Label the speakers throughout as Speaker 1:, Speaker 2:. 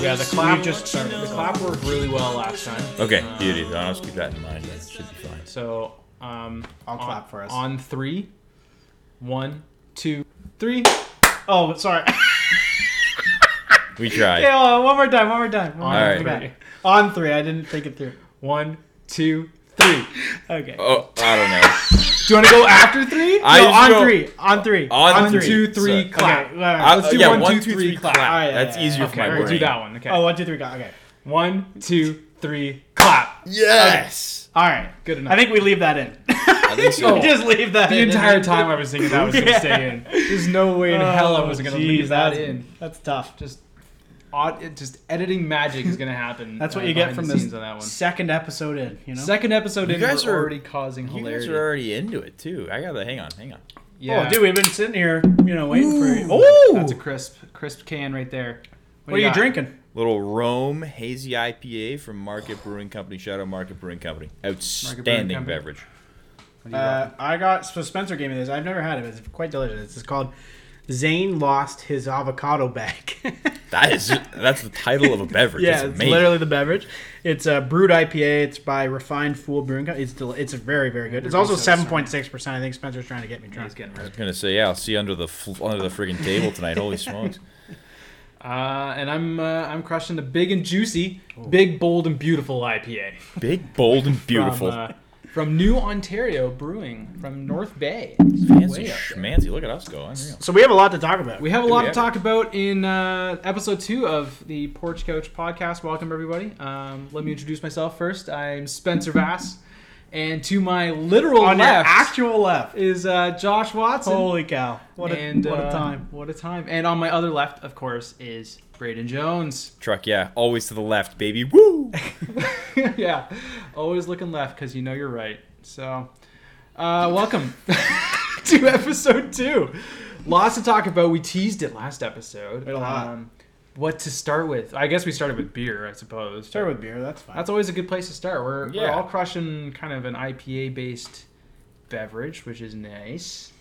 Speaker 1: yeah, the clap just the clap worked really well last time.
Speaker 2: Okay, beauty. I'll just keep that in mind. That should be fine.
Speaker 1: So um,
Speaker 3: I'll
Speaker 1: on-
Speaker 3: clap for us.
Speaker 1: on three, one, two, three.
Speaker 3: Oh, sorry.
Speaker 2: We tried.
Speaker 3: Okay, hold on, one more time. One more time. One
Speaker 1: On
Speaker 3: more
Speaker 2: Alright.
Speaker 3: time.
Speaker 1: three.
Speaker 3: On three. I didn't think it through.
Speaker 1: One, two, three.
Speaker 3: Okay.
Speaker 2: Oh, I don't know.
Speaker 1: Do you want to go after three?
Speaker 2: I
Speaker 3: no,
Speaker 2: just
Speaker 3: on
Speaker 2: go-
Speaker 3: three. On three.
Speaker 2: On
Speaker 1: One, two,
Speaker 2: three.
Speaker 1: three,
Speaker 2: So-
Speaker 1: clap.
Speaker 3: Okay. all right.
Speaker 2: I-
Speaker 1: Let's do
Speaker 2: yeah,
Speaker 1: one,
Speaker 2: one,
Speaker 1: two,
Speaker 2: two,
Speaker 1: three,
Speaker 2: three,
Speaker 1: clap.
Speaker 2: clap.
Speaker 3: Alright, yeah,
Speaker 2: That's
Speaker 3: yeah,
Speaker 2: easier for
Speaker 1: Okay,
Speaker 2: my
Speaker 1: we'll
Speaker 2: brain.
Speaker 1: do that one. Okay.
Speaker 3: Oh, one, two, three. Got okay.
Speaker 1: One, two, three, clap.
Speaker 2: Yes.
Speaker 3: All right.
Speaker 1: Good enough.
Speaker 3: I think we leave that in.
Speaker 2: I think so.
Speaker 3: We just leave that
Speaker 1: the
Speaker 3: in. Oh,
Speaker 1: entire time I was thinking that was gonna stay in. There's no way in hell I was gonna leave that in.
Speaker 3: That's tough.
Speaker 1: Just odd. It, just editing magic is gonna happen.
Speaker 3: That's what
Speaker 1: uh,
Speaker 3: you get
Speaker 1: behind
Speaker 3: from
Speaker 1: the
Speaker 3: this
Speaker 1: scenes on that one.
Speaker 3: second episode in. You know.
Speaker 1: Second episode
Speaker 2: You
Speaker 1: in,
Speaker 2: guys
Speaker 1: we're
Speaker 2: are-
Speaker 1: already causing
Speaker 2: You guys
Speaker 1: hilarity.
Speaker 2: are already into it too. I gotta hang on, hang on.
Speaker 1: yeah.
Speaker 3: Oh, dude, we've been sitting here, you know, waiting for you.
Speaker 2: Ooh.
Speaker 3: Oh,
Speaker 1: That's a crisp, crisp can right there.
Speaker 3: what are you
Speaker 1: got?
Speaker 3: drinking?
Speaker 2: Little Rome Hazy IPA from Market Brewing Company. Shout out Market Brewing Company. Outstanding
Speaker 1: Company.
Speaker 2: beverage.
Speaker 1: What do you got?
Speaker 3: Uh, I got so Spencer gave me this. I've never had it. But it's quite delicious. It's called Zane lost his avocado bag.
Speaker 2: That is that's the title of a beverage.
Speaker 3: yeah,
Speaker 2: it's
Speaker 3: it's
Speaker 2: amazing.
Speaker 3: literally the beverage. It's a brewed IPA. It's by Refined Fool Brewing Company. It's del- it's very very good. It's
Speaker 1: Everybody
Speaker 3: also
Speaker 1: says it's
Speaker 3: seven point six percent. I think Spencer's trying to get me drunk.
Speaker 1: He's getting
Speaker 2: I
Speaker 1: red.
Speaker 2: was gonna say, yeah, I'll see you under the fl- under the friggin' table tonight. Holy smokes!
Speaker 1: Uh, and I'm uh, I'm crushing the big and juicy,
Speaker 3: Oh.
Speaker 1: big bold and beautiful IPA.
Speaker 2: Big, bold, and beautiful.
Speaker 1: From, uh, from New Ontario Brewing from North Bay.
Speaker 2: Fancy
Speaker 1: way up
Speaker 2: schmancy. Look at us go. Unreal.
Speaker 3: So we have a lot to talk about.
Speaker 1: We have a
Speaker 2: Do
Speaker 1: lot
Speaker 2: we
Speaker 1: to
Speaker 2: ever?
Speaker 1: talk about in uh, episode two of the Porch Coach podcast. Welcome, everybody. Um, let me introduce myself first. I'm Spencer Vass, and to my literal
Speaker 3: on your Oh,
Speaker 1: left
Speaker 3: actual left.
Speaker 1: is uh, Josh Watson.
Speaker 3: Holy cow! What a
Speaker 1: and,
Speaker 3: what a
Speaker 1: uh,
Speaker 3: time.
Speaker 1: What a time. And on my other left, of course, is Braden Jones.
Speaker 2: Truck, yeah, always to the left, baby. Woo!
Speaker 1: yeah, always looking left because you know you're right. So, uh, welcome to episode two. Lots to talk about. We teased it last episode. Um,
Speaker 3: We had a lot.
Speaker 1: what to start with? I guess we started with beer, I suppose.
Speaker 3: Start with beer. That's fine.
Speaker 1: That's always a good place to start. We're, we're
Speaker 2: Yeah.
Speaker 1: all crushing kind of an IPA based beverage, which is nice.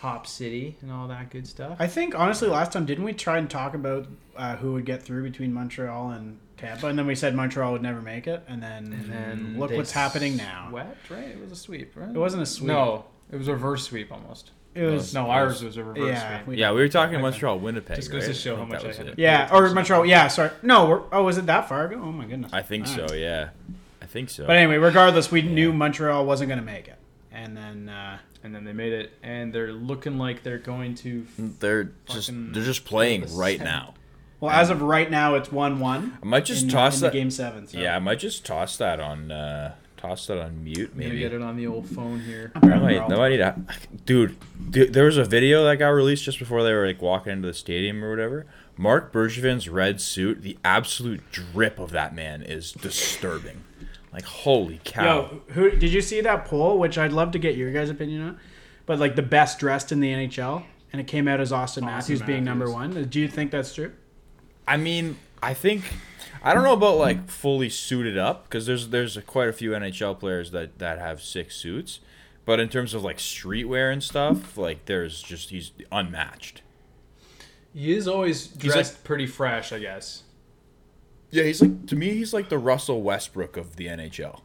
Speaker 1: Hop City and all that good stuff.
Speaker 3: I think honestly, last time didn't we try and talk about uh, who would get through between Montreal and Tampa, and then we said Montreal would never make it, and then
Speaker 1: and then
Speaker 3: look
Speaker 1: Mm, they
Speaker 3: what's happening now.
Speaker 1: Swept, right? It was a sweep, right?
Speaker 3: It wasn't a sweep.
Speaker 1: No, it was a reverse sweep almost.
Speaker 3: It was
Speaker 1: No, ours was a reverse
Speaker 3: yeah,
Speaker 1: sweep.
Speaker 3: we-
Speaker 2: Yeah, we were talking Montreal, Winnipeg.
Speaker 1: Just goes to
Speaker 2: right?
Speaker 1: show
Speaker 2: I think
Speaker 1: how much
Speaker 2: that
Speaker 1: I
Speaker 2: was
Speaker 1: had
Speaker 2: it.
Speaker 1: it.
Speaker 3: yeah, or Montreal. Yeah, sorry. No, we're, oh, was it that far ago? Oh my goodness.
Speaker 2: I think
Speaker 3: All
Speaker 2: so.
Speaker 3: right.
Speaker 2: Yeah, I think so.
Speaker 3: But anyway, regardless, we knew Montreal wasn't going to make it, and then uh,
Speaker 1: and then they made it, and they're looking like they're going to. f-
Speaker 2: they're just
Speaker 1: Fucking
Speaker 2: they're just playing right
Speaker 1: percent.
Speaker 2: now.
Speaker 3: well, as of right now, it's one-one.
Speaker 2: I might just
Speaker 3: in,
Speaker 2: toss
Speaker 3: in
Speaker 2: that.
Speaker 3: the game seven. So.
Speaker 2: Yeah, I might just toss that on. Uh, toss that on mute,
Speaker 1: Maybe
Speaker 2: maybe.
Speaker 1: get it on the old phone here.
Speaker 2: I might, no, I need a dude, dude. There was a video that got released just before they were like walking into the stadium or whatever. Mark Bergevin's red suit, the absolute drip of that man is disturbing. Like holy cow!
Speaker 3: Yo, who did you see that poll? Which I'd love to get your guys' opinion on, but like the best dressed in the NHL, and it came out as Austin, Matthews, being number one. Do you think that's true?
Speaker 2: I mean, I think I don't know about like fully suited up because there's there's quite a few NHL players that that have six suits, but in terms of like streetwear and stuff, like there's just he's unmatched.
Speaker 1: He is always
Speaker 2: He's
Speaker 1: dressed pretty fresh, I guess.
Speaker 2: Yeah, he's like to me, he's like the Russell Westbrook of the NHL.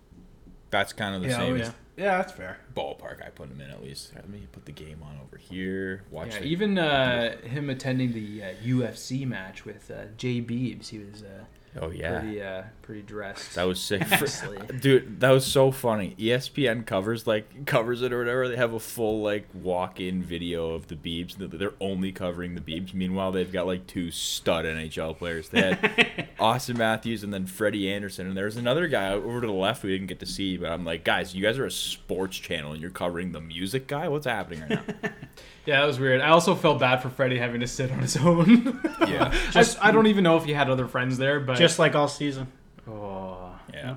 Speaker 2: That's kind of the same
Speaker 3: Yeah, that's fair.
Speaker 2: ballpark I put him in at least. Let me put the game on over here. Watch
Speaker 1: Yeah,
Speaker 2: the-
Speaker 1: even uh, him attending the uh, UFC match with uh, Jay Beebs, he was uh,
Speaker 2: oh yeah.
Speaker 1: pretty uh, pretty dressed.
Speaker 2: That was sick,
Speaker 1: Honestly.
Speaker 2: dude. That was so funny. E ESPN covers like covers it or whatever. They have a full like walk-in video of the Beebs. Th- They're only covering the Beebs. Meanwhile, they've got like two stud NHL players. They had Austin Matthews and then Freddie Anderson. And there's another guy over to the left we didn't get to see. But I'm like, guys, you guys are a sports channel and you're covering the music guy. What's happening right now?
Speaker 1: yeah, that was weird. I also felt bad for Freddie having to sit on his own.
Speaker 2: Yeah.
Speaker 1: I, I don't even know if he had other friends there, but
Speaker 3: Just like all season.
Speaker 1: oh,
Speaker 2: yeah.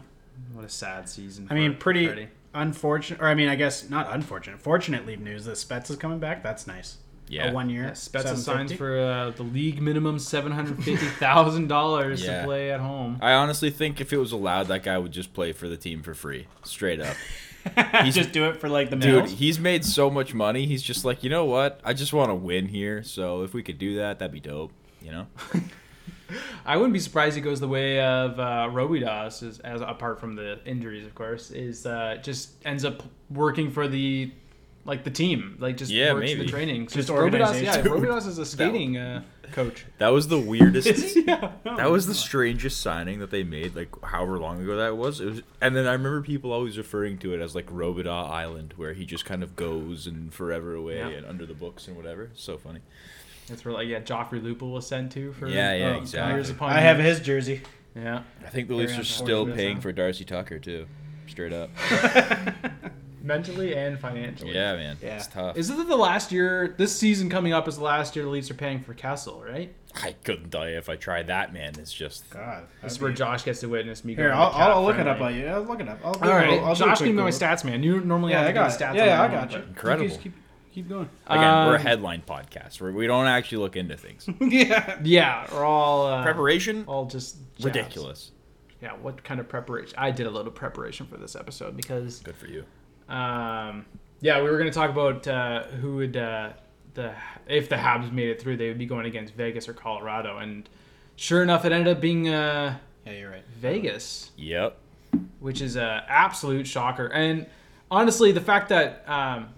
Speaker 1: what a sad season.
Speaker 3: I
Speaker 1: for
Speaker 3: mean, pretty
Speaker 1: Freddie.
Speaker 3: unfortunate, or I mean, I guess not unfortunate. Fortunately, news that Spets is coming back. That's nice.
Speaker 2: Yeah.
Speaker 3: A one year.
Speaker 1: Yeah, Spezza signs
Speaker 3: 750.
Speaker 1: for uh, the league minimum seven hundred fifty thousand dollars to
Speaker 2: Yeah.
Speaker 1: play at home.
Speaker 2: I honestly think if it was allowed, that guy would just play for the team for free, straight up. He's-
Speaker 3: just do it for like the
Speaker 2: Dude,
Speaker 3: mills.
Speaker 2: he's made so much money. He's just like, you know what? I just want to win here. So if we could do that, that'd be dope. You know?
Speaker 1: I wouldn't be surprised he goes the way of uh, Robidas, as, as apart from the injuries, of course, is uh, just ends up working for the like the team, like just
Speaker 2: Yeah,
Speaker 1: works
Speaker 2: maybe.
Speaker 1: the training.
Speaker 3: Just
Speaker 1: Robidas,
Speaker 3: organization.
Speaker 1: yeah,
Speaker 2: Dude.
Speaker 1: Robidas is a skating uh, coach.
Speaker 2: That was the weirdest.
Speaker 1: yeah.
Speaker 2: that was the strangest signing that they made, like however long ago that was. It was, and then I remember people always referring to it as like Robidaw Island, where he just kind of goes and forever away
Speaker 1: Yeah.
Speaker 2: and under the books and whatever. So funny.
Speaker 1: That's where like yeah, Joffrey Lupul was sent to for
Speaker 2: Yeah, yeah,
Speaker 1: uh,
Speaker 2: exactly.
Speaker 1: years upon
Speaker 3: I have
Speaker 1: years.
Speaker 3: his jersey.
Speaker 1: Yeah.
Speaker 2: I think the
Speaker 1: Very
Speaker 2: Leafs are still
Speaker 1: unfortunate,
Speaker 2: paying
Speaker 1: huh?
Speaker 2: for Darcy Tucker too, straight up.
Speaker 1: Mentally and financially.
Speaker 2: yeah, man,
Speaker 3: Yeah.
Speaker 2: it's tough.
Speaker 1: Isn't it the last year? This season coming up is the last year the Leafs are paying for Castle, right?
Speaker 2: I couldn't tell you if I tried that, man. It's just
Speaker 3: God.
Speaker 1: This is where Josh gets to witness me.
Speaker 3: Here,
Speaker 1: going
Speaker 3: I'll,
Speaker 1: to cat
Speaker 3: I'll look it up
Speaker 1: friendly.
Speaker 3: on you. I'll look it up. I'll,
Speaker 1: All right,
Speaker 3: I'll, I'll do a
Speaker 1: Josh,
Speaker 3: quick
Speaker 1: give me my
Speaker 3: Google.
Speaker 1: stats, man. You normally
Speaker 3: Yeah, I
Speaker 1: have to
Speaker 3: got
Speaker 1: give
Speaker 3: it.
Speaker 1: the stats.
Speaker 3: Yeah,
Speaker 1: on
Speaker 3: yeah,
Speaker 1: your
Speaker 3: I
Speaker 1: own,
Speaker 3: got you.
Speaker 1: but-
Speaker 2: Incredible.
Speaker 3: You guys Keep, keep going.
Speaker 2: again, we're a
Speaker 1: Um,
Speaker 2: headline podcast. We're, we don't actually look into things.
Speaker 3: yeah.
Speaker 1: Yeah, we're all uh,
Speaker 2: Preparation,
Speaker 3: Oh,
Speaker 1: all just jabs.
Speaker 2: ridiculous.
Speaker 1: Yeah, what kind of preparation? I did a little preparation for this episode because,
Speaker 2: Good for you.
Speaker 1: um, yeah, we were going to talk about uh, who would uh, the if the Habs made it through, they would be going against Vegas or Colorado, and sure enough, it ended up being uh,
Speaker 3: Yeah, you're right.
Speaker 1: Vegas.
Speaker 2: Yep.
Speaker 1: which is a absolute shocker. And honestly, the fact that um,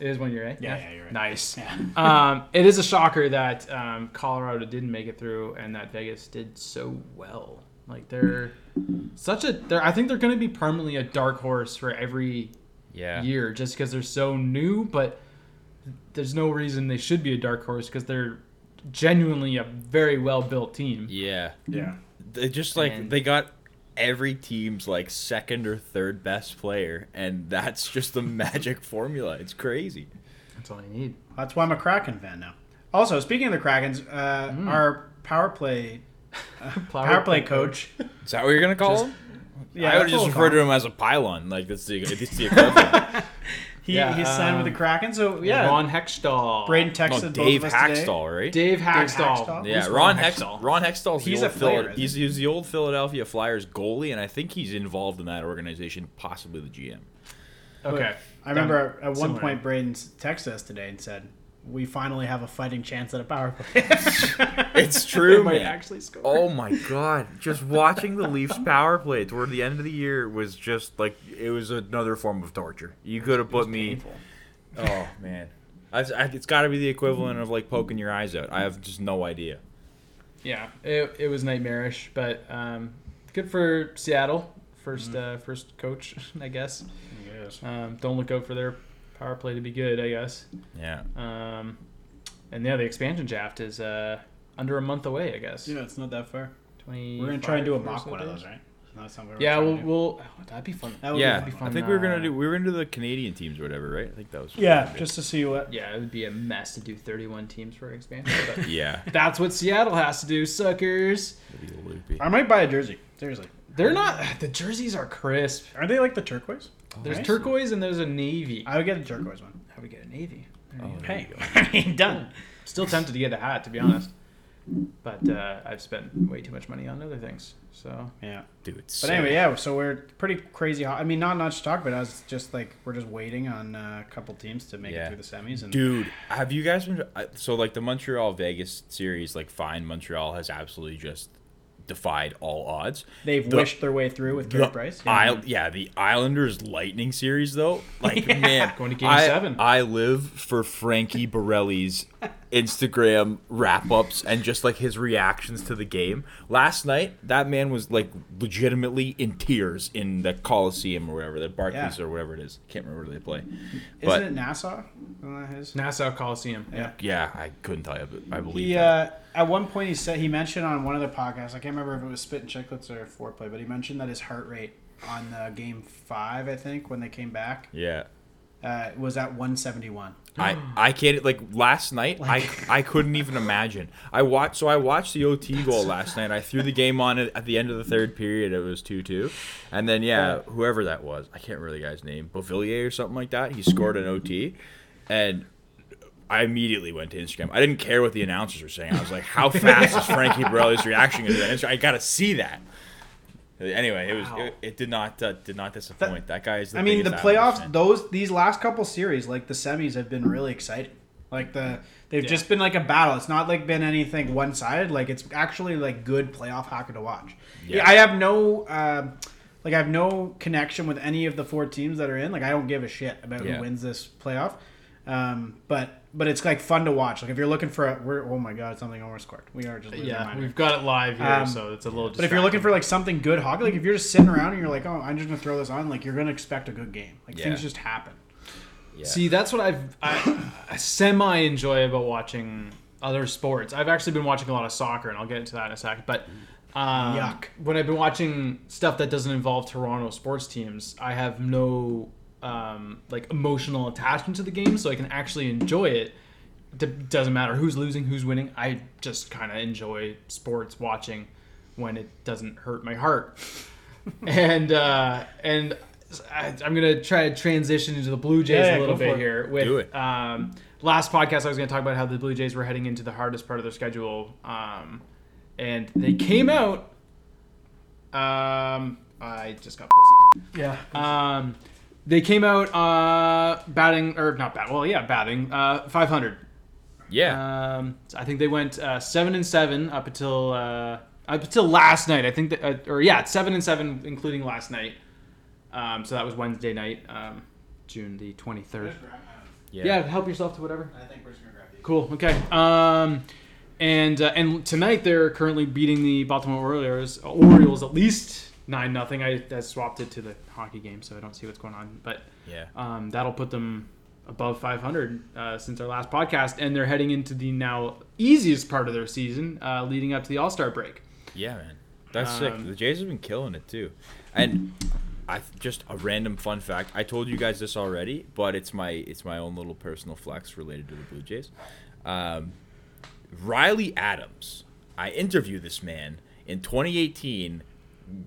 Speaker 1: it is one year, right?
Speaker 3: Yeah, yeah, you're right.
Speaker 1: Nice.
Speaker 3: Yeah.
Speaker 1: um, it is a shocker that um, Colorado didn't make it through, and that Vegas did so well. Like they're such a, they're I think they're going to be permanently a dark horse for every
Speaker 2: Yeah.
Speaker 1: year, just because they're so new. But there's no reason they should be a dark horse because they're genuinely a very well built team.
Speaker 2: Yeah.
Speaker 3: Yeah.
Speaker 2: They just like
Speaker 1: And-
Speaker 2: they got every team's like second or third best player, and that's just the magic formula. It's crazy.
Speaker 1: That's all I need.
Speaker 3: That's why I'm a Kraken fan now. Also, speaking of the Krakens, uh, our power play
Speaker 1: Mm. Power,
Speaker 3: power play coach.
Speaker 2: Is that what you're gonna call
Speaker 1: Just-
Speaker 2: him?
Speaker 3: Yeah,
Speaker 2: I would
Speaker 3: that's
Speaker 2: just
Speaker 3: what
Speaker 2: refer
Speaker 3: we'll
Speaker 2: to him as a pylon. Like that's the it's the equivalent.
Speaker 3: He,
Speaker 1: Yeah,
Speaker 3: he's signed with the
Speaker 1: um,
Speaker 3: Kraken, so yeah.
Speaker 1: Ron Hextall.
Speaker 3: Braden
Speaker 2: no,
Speaker 3: texted
Speaker 2: Dave
Speaker 3: both of us today.
Speaker 2: Hackstall, right?
Speaker 1: Dave Haxtell.
Speaker 3: Haxtall?
Speaker 2: yeah,
Speaker 1: Who's
Speaker 2: Ron Hextall. Ron Hextall's
Speaker 3: He's
Speaker 2: the old
Speaker 3: a player,
Speaker 2: Phila-
Speaker 3: isn't
Speaker 2: he's, he's the old Philadelphia Flyers goalie, and I think he's involved in that organization, possibly the GM.
Speaker 1: Okay.
Speaker 3: I remember at one
Speaker 1: Similar.
Speaker 3: point Braden texted us today and said, "We finally have a fighting chance at a power play."
Speaker 2: It's true,
Speaker 1: They might
Speaker 2: man.
Speaker 1: actually score.
Speaker 2: Oh my god! Just watching the Leafs power play toward the end of the year was just like it was another form of torture. You could have put me. Oh man, I, I, it's got to be the equivalent of like poking your eyes out. I have just no idea.
Speaker 1: Yeah, it, it was nightmarish, but um, good for Seattle. 1st
Speaker 2: Mm-hmm.
Speaker 1: uh, first coach, I guess. Um, don't look out for their power play to be good, I guess.
Speaker 2: Yeah,
Speaker 1: Um, and yeah, the expansion draft is uh, under a month away, I guess.
Speaker 3: Yeah, it's not that far.
Speaker 1: 20
Speaker 3: We're gonna try and do a mock one of those, right? That's not what we're
Speaker 1: Yeah,
Speaker 3: trying
Speaker 1: we'll,
Speaker 3: to do.
Speaker 1: we'll oh, that'd be fun.
Speaker 3: That would be
Speaker 2: yeah.
Speaker 3: fun.
Speaker 1: be
Speaker 2: I
Speaker 1: fun,
Speaker 2: think we were
Speaker 1: uh,
Speaker 2: gonna do we were into the Canadian teams or whatever, right? I think that was
Speaker 3: yeah, just to see what.
Speaker 1: Yeah, it would be a mess to do 31 teams for expansion, but
Speaker 2: yeah.
Speaker 1: that's what Seattle has to do, suckers.
Speaker 2: It'd be loopy.
Speaker 3: I might buy a jersey. Seriously,
Speaker 1: They're not. The jerseys are crisp.
Speaker 3: are they like the turquoise?
Speaker 1: There's
Speaker 3: Nice.
Speaker 1: turquoise and there's a navy.
Speaker 3: I would get a turquoise one.
Speaker 1: How we get a navy?
Speaker 2: Oh, there
Speaker 3: Hey,
Speaker 2: you go.
Speaker 3: I mean, done.
Speaker 1: Still tempted to get a hat, to be honest. But uh, I've spent way too much money on other things. So
Speaker 3: Yeah.
Speaker 2: Dude, it's
Speaker 3: But
Speaker 2: so-
Speaker 3: anyway, yeah. So we're pretty crazy. Hot. I mean, not much to talk about. I was just like, we're just waiting on uh, a couple teams to make
Speaker 2: Yeah.
Speaker 3: it through the semis. And
Speaker 2: Dude, have you guys been I- so like the Montreal Vegas series? Like, fine, Montreal has absolutely just defied all odds.
Speaker 3: they've
Speaker 2: The-
Speaker 3: wished their way through with Carey
Speaker 2: The
Speaker 3: Price.
Speaker 2: Isle, yeah, the Islanders Lightning series though, like man,
Speaker 1: Going to game
Speaker 2: I,
Speaker 1: seven.
Speaker 2: I live for Frankie Borelli's Instagram wrap ups and just like his reactions to the game. Last night, that man was like legitimately in tears in the Coliseum or whatever, the Barclays
Speaker 3: Yeah.
Speaker 2: or whatever it is. Can't remember where they play,
Speaker 3: Isn't
Speaker 2: but
Speaker 3: it Nassau? Isn't that his?
Speaker 1: Nassau Coliseum.
Speaker 3: Yeah.
Speaker 2: yeah, I couldn't tell you, but I believe.
Speaker 3: He
Speaker 2: that.
Speaker 3: uh, at one point he said he mentioned on one of the podcasts. I can't remember if it was Spit and Chicklets or Foreplay, but he mentioned that his heart rate on uh, game five, I think, when they came back,
Speaker 2: yeah.
Speaker 3: uh, was at 171.
Speaker 2: I, I can't like last night I I couldn't even imagine. I watched so I watched the OT goal last night. I threw the game on it at the end of the third period. It was two two, and then yeah, whoever that was, I can't remember the guy's name, Bovillier or something like that. He scored an OT, and I immediately went to Instagram. I didn't care what the announcers were saying. I was like, how fast is Frankie Borelli's reaction going to that? Instagram? I got to see that. Anyway, it was
Speaker 1: Wow.
Speaker 2: it, it did not uh, did not disappoint. That, guy is. The
Speaker 3: I mean, the
Speaker 2: biggest Islanders
Speaker 3: playoffs,
Speaker 2: fan.
Speaker 3: those these last couple series, like the semis, have been really exciting. Like the they've
Speaker 1: Yeah.
Speaker 3: just been like a battle. It's not like been anything one sided. Like it's actually like good playoff hockey to watch.
Speaker 2: Yeah.
Speaker 3: Yeah, I have no um, like I have no connection with any of the four teams that are in. Like I don't give a shit about
Speaker 2: Yeah.
Speaker 3: who wins this playoff. Um, but but it's like fun to watch. Like if you're looking for a, we're oh my god something almost scored. We are just losing our
Speaker 1: Yeah,
Speaker 3: mind.
Speaker 1: we've got it live here,
Speaker 3: Um,
Speaker 1: so it's a little.
Speaker 3: But if you're looking for like something good hockey, like if you're just sitting around and you're like, oh, I'm just gonna throw this on, like you're gonna expect a good game. Like
Speaker 2: Yeah.
Speaker 3: things just happen.
Speaker 2: Yeah.
Speaker 1: See, that's what I've I, I semi enjoy about watching other sports. I've actually been watching a lot of soccer, and I'll get into that in a sec. But um,
Speaker 3: Yuck.
Speaker 1: when I've been watching stuff that doesn't involve Toronto sports teams, I have no um, like emotional attachment to the game, so I can actually enjoy it. D- doesn't matter who's losing, who's winning. I just kind of enjoy sports watching when it doesn't hurt my heart and uh, and I, I'm gonna try to transition into the Blue Jays a
Speaker 3: Yeah,
Speaker 1: little
Speaker 3: go
Speaker 1: bit
Speaker 3: for it.
Speaker 1: here. With
Speaker 2: Do it.
Speaker 1: Um, last podcast, I was gonna talk about how the Blue Jays were heading into the hardest part of their schedule, um, and they came out. Um, I just got pussy.
Speaker 3: Yeah.
Speaker 1: Um, they came out uh, batting or not bat. Well, yeah, batting uh, 500.
Speaker 2: yeah.
Speaker 1: Um, so I think they went uh, seven and seven up until uh, up until last night. I think that, uh, or yeah, it's seven and seven including last night. Um, so that was Wednesday night, um, June the twenty third.
Speaker 2: yeah.
Speaker 1: Yeah. help yourself to whatever.
Speaker 3: I think we're just gonna grab these.
Speaker 1: Cool. Okay. Um, and uh, and tonight they're currently beating the Baltimore Orioles Orioles at least nine nothing. I, I swapped it to the hockey game, so I don't see what's going on, but.
Speaker 2: Yeah.
Speaker 1: Um, that'll put them above 500 uh, since our last podcast, and they're heading into the now easiest part of their season, uh, leading up to the All Star break.
Speaker 2: Yeah, man, that's
Speaker 1: Um,
Speaker 2: sick. The Jays have been killing it too, and I just a random fun fact. I told you guys this already, but it's my it's my own little personal flex related to the Blue Jays. Um, Riley Adams. I interviewed this man in 2018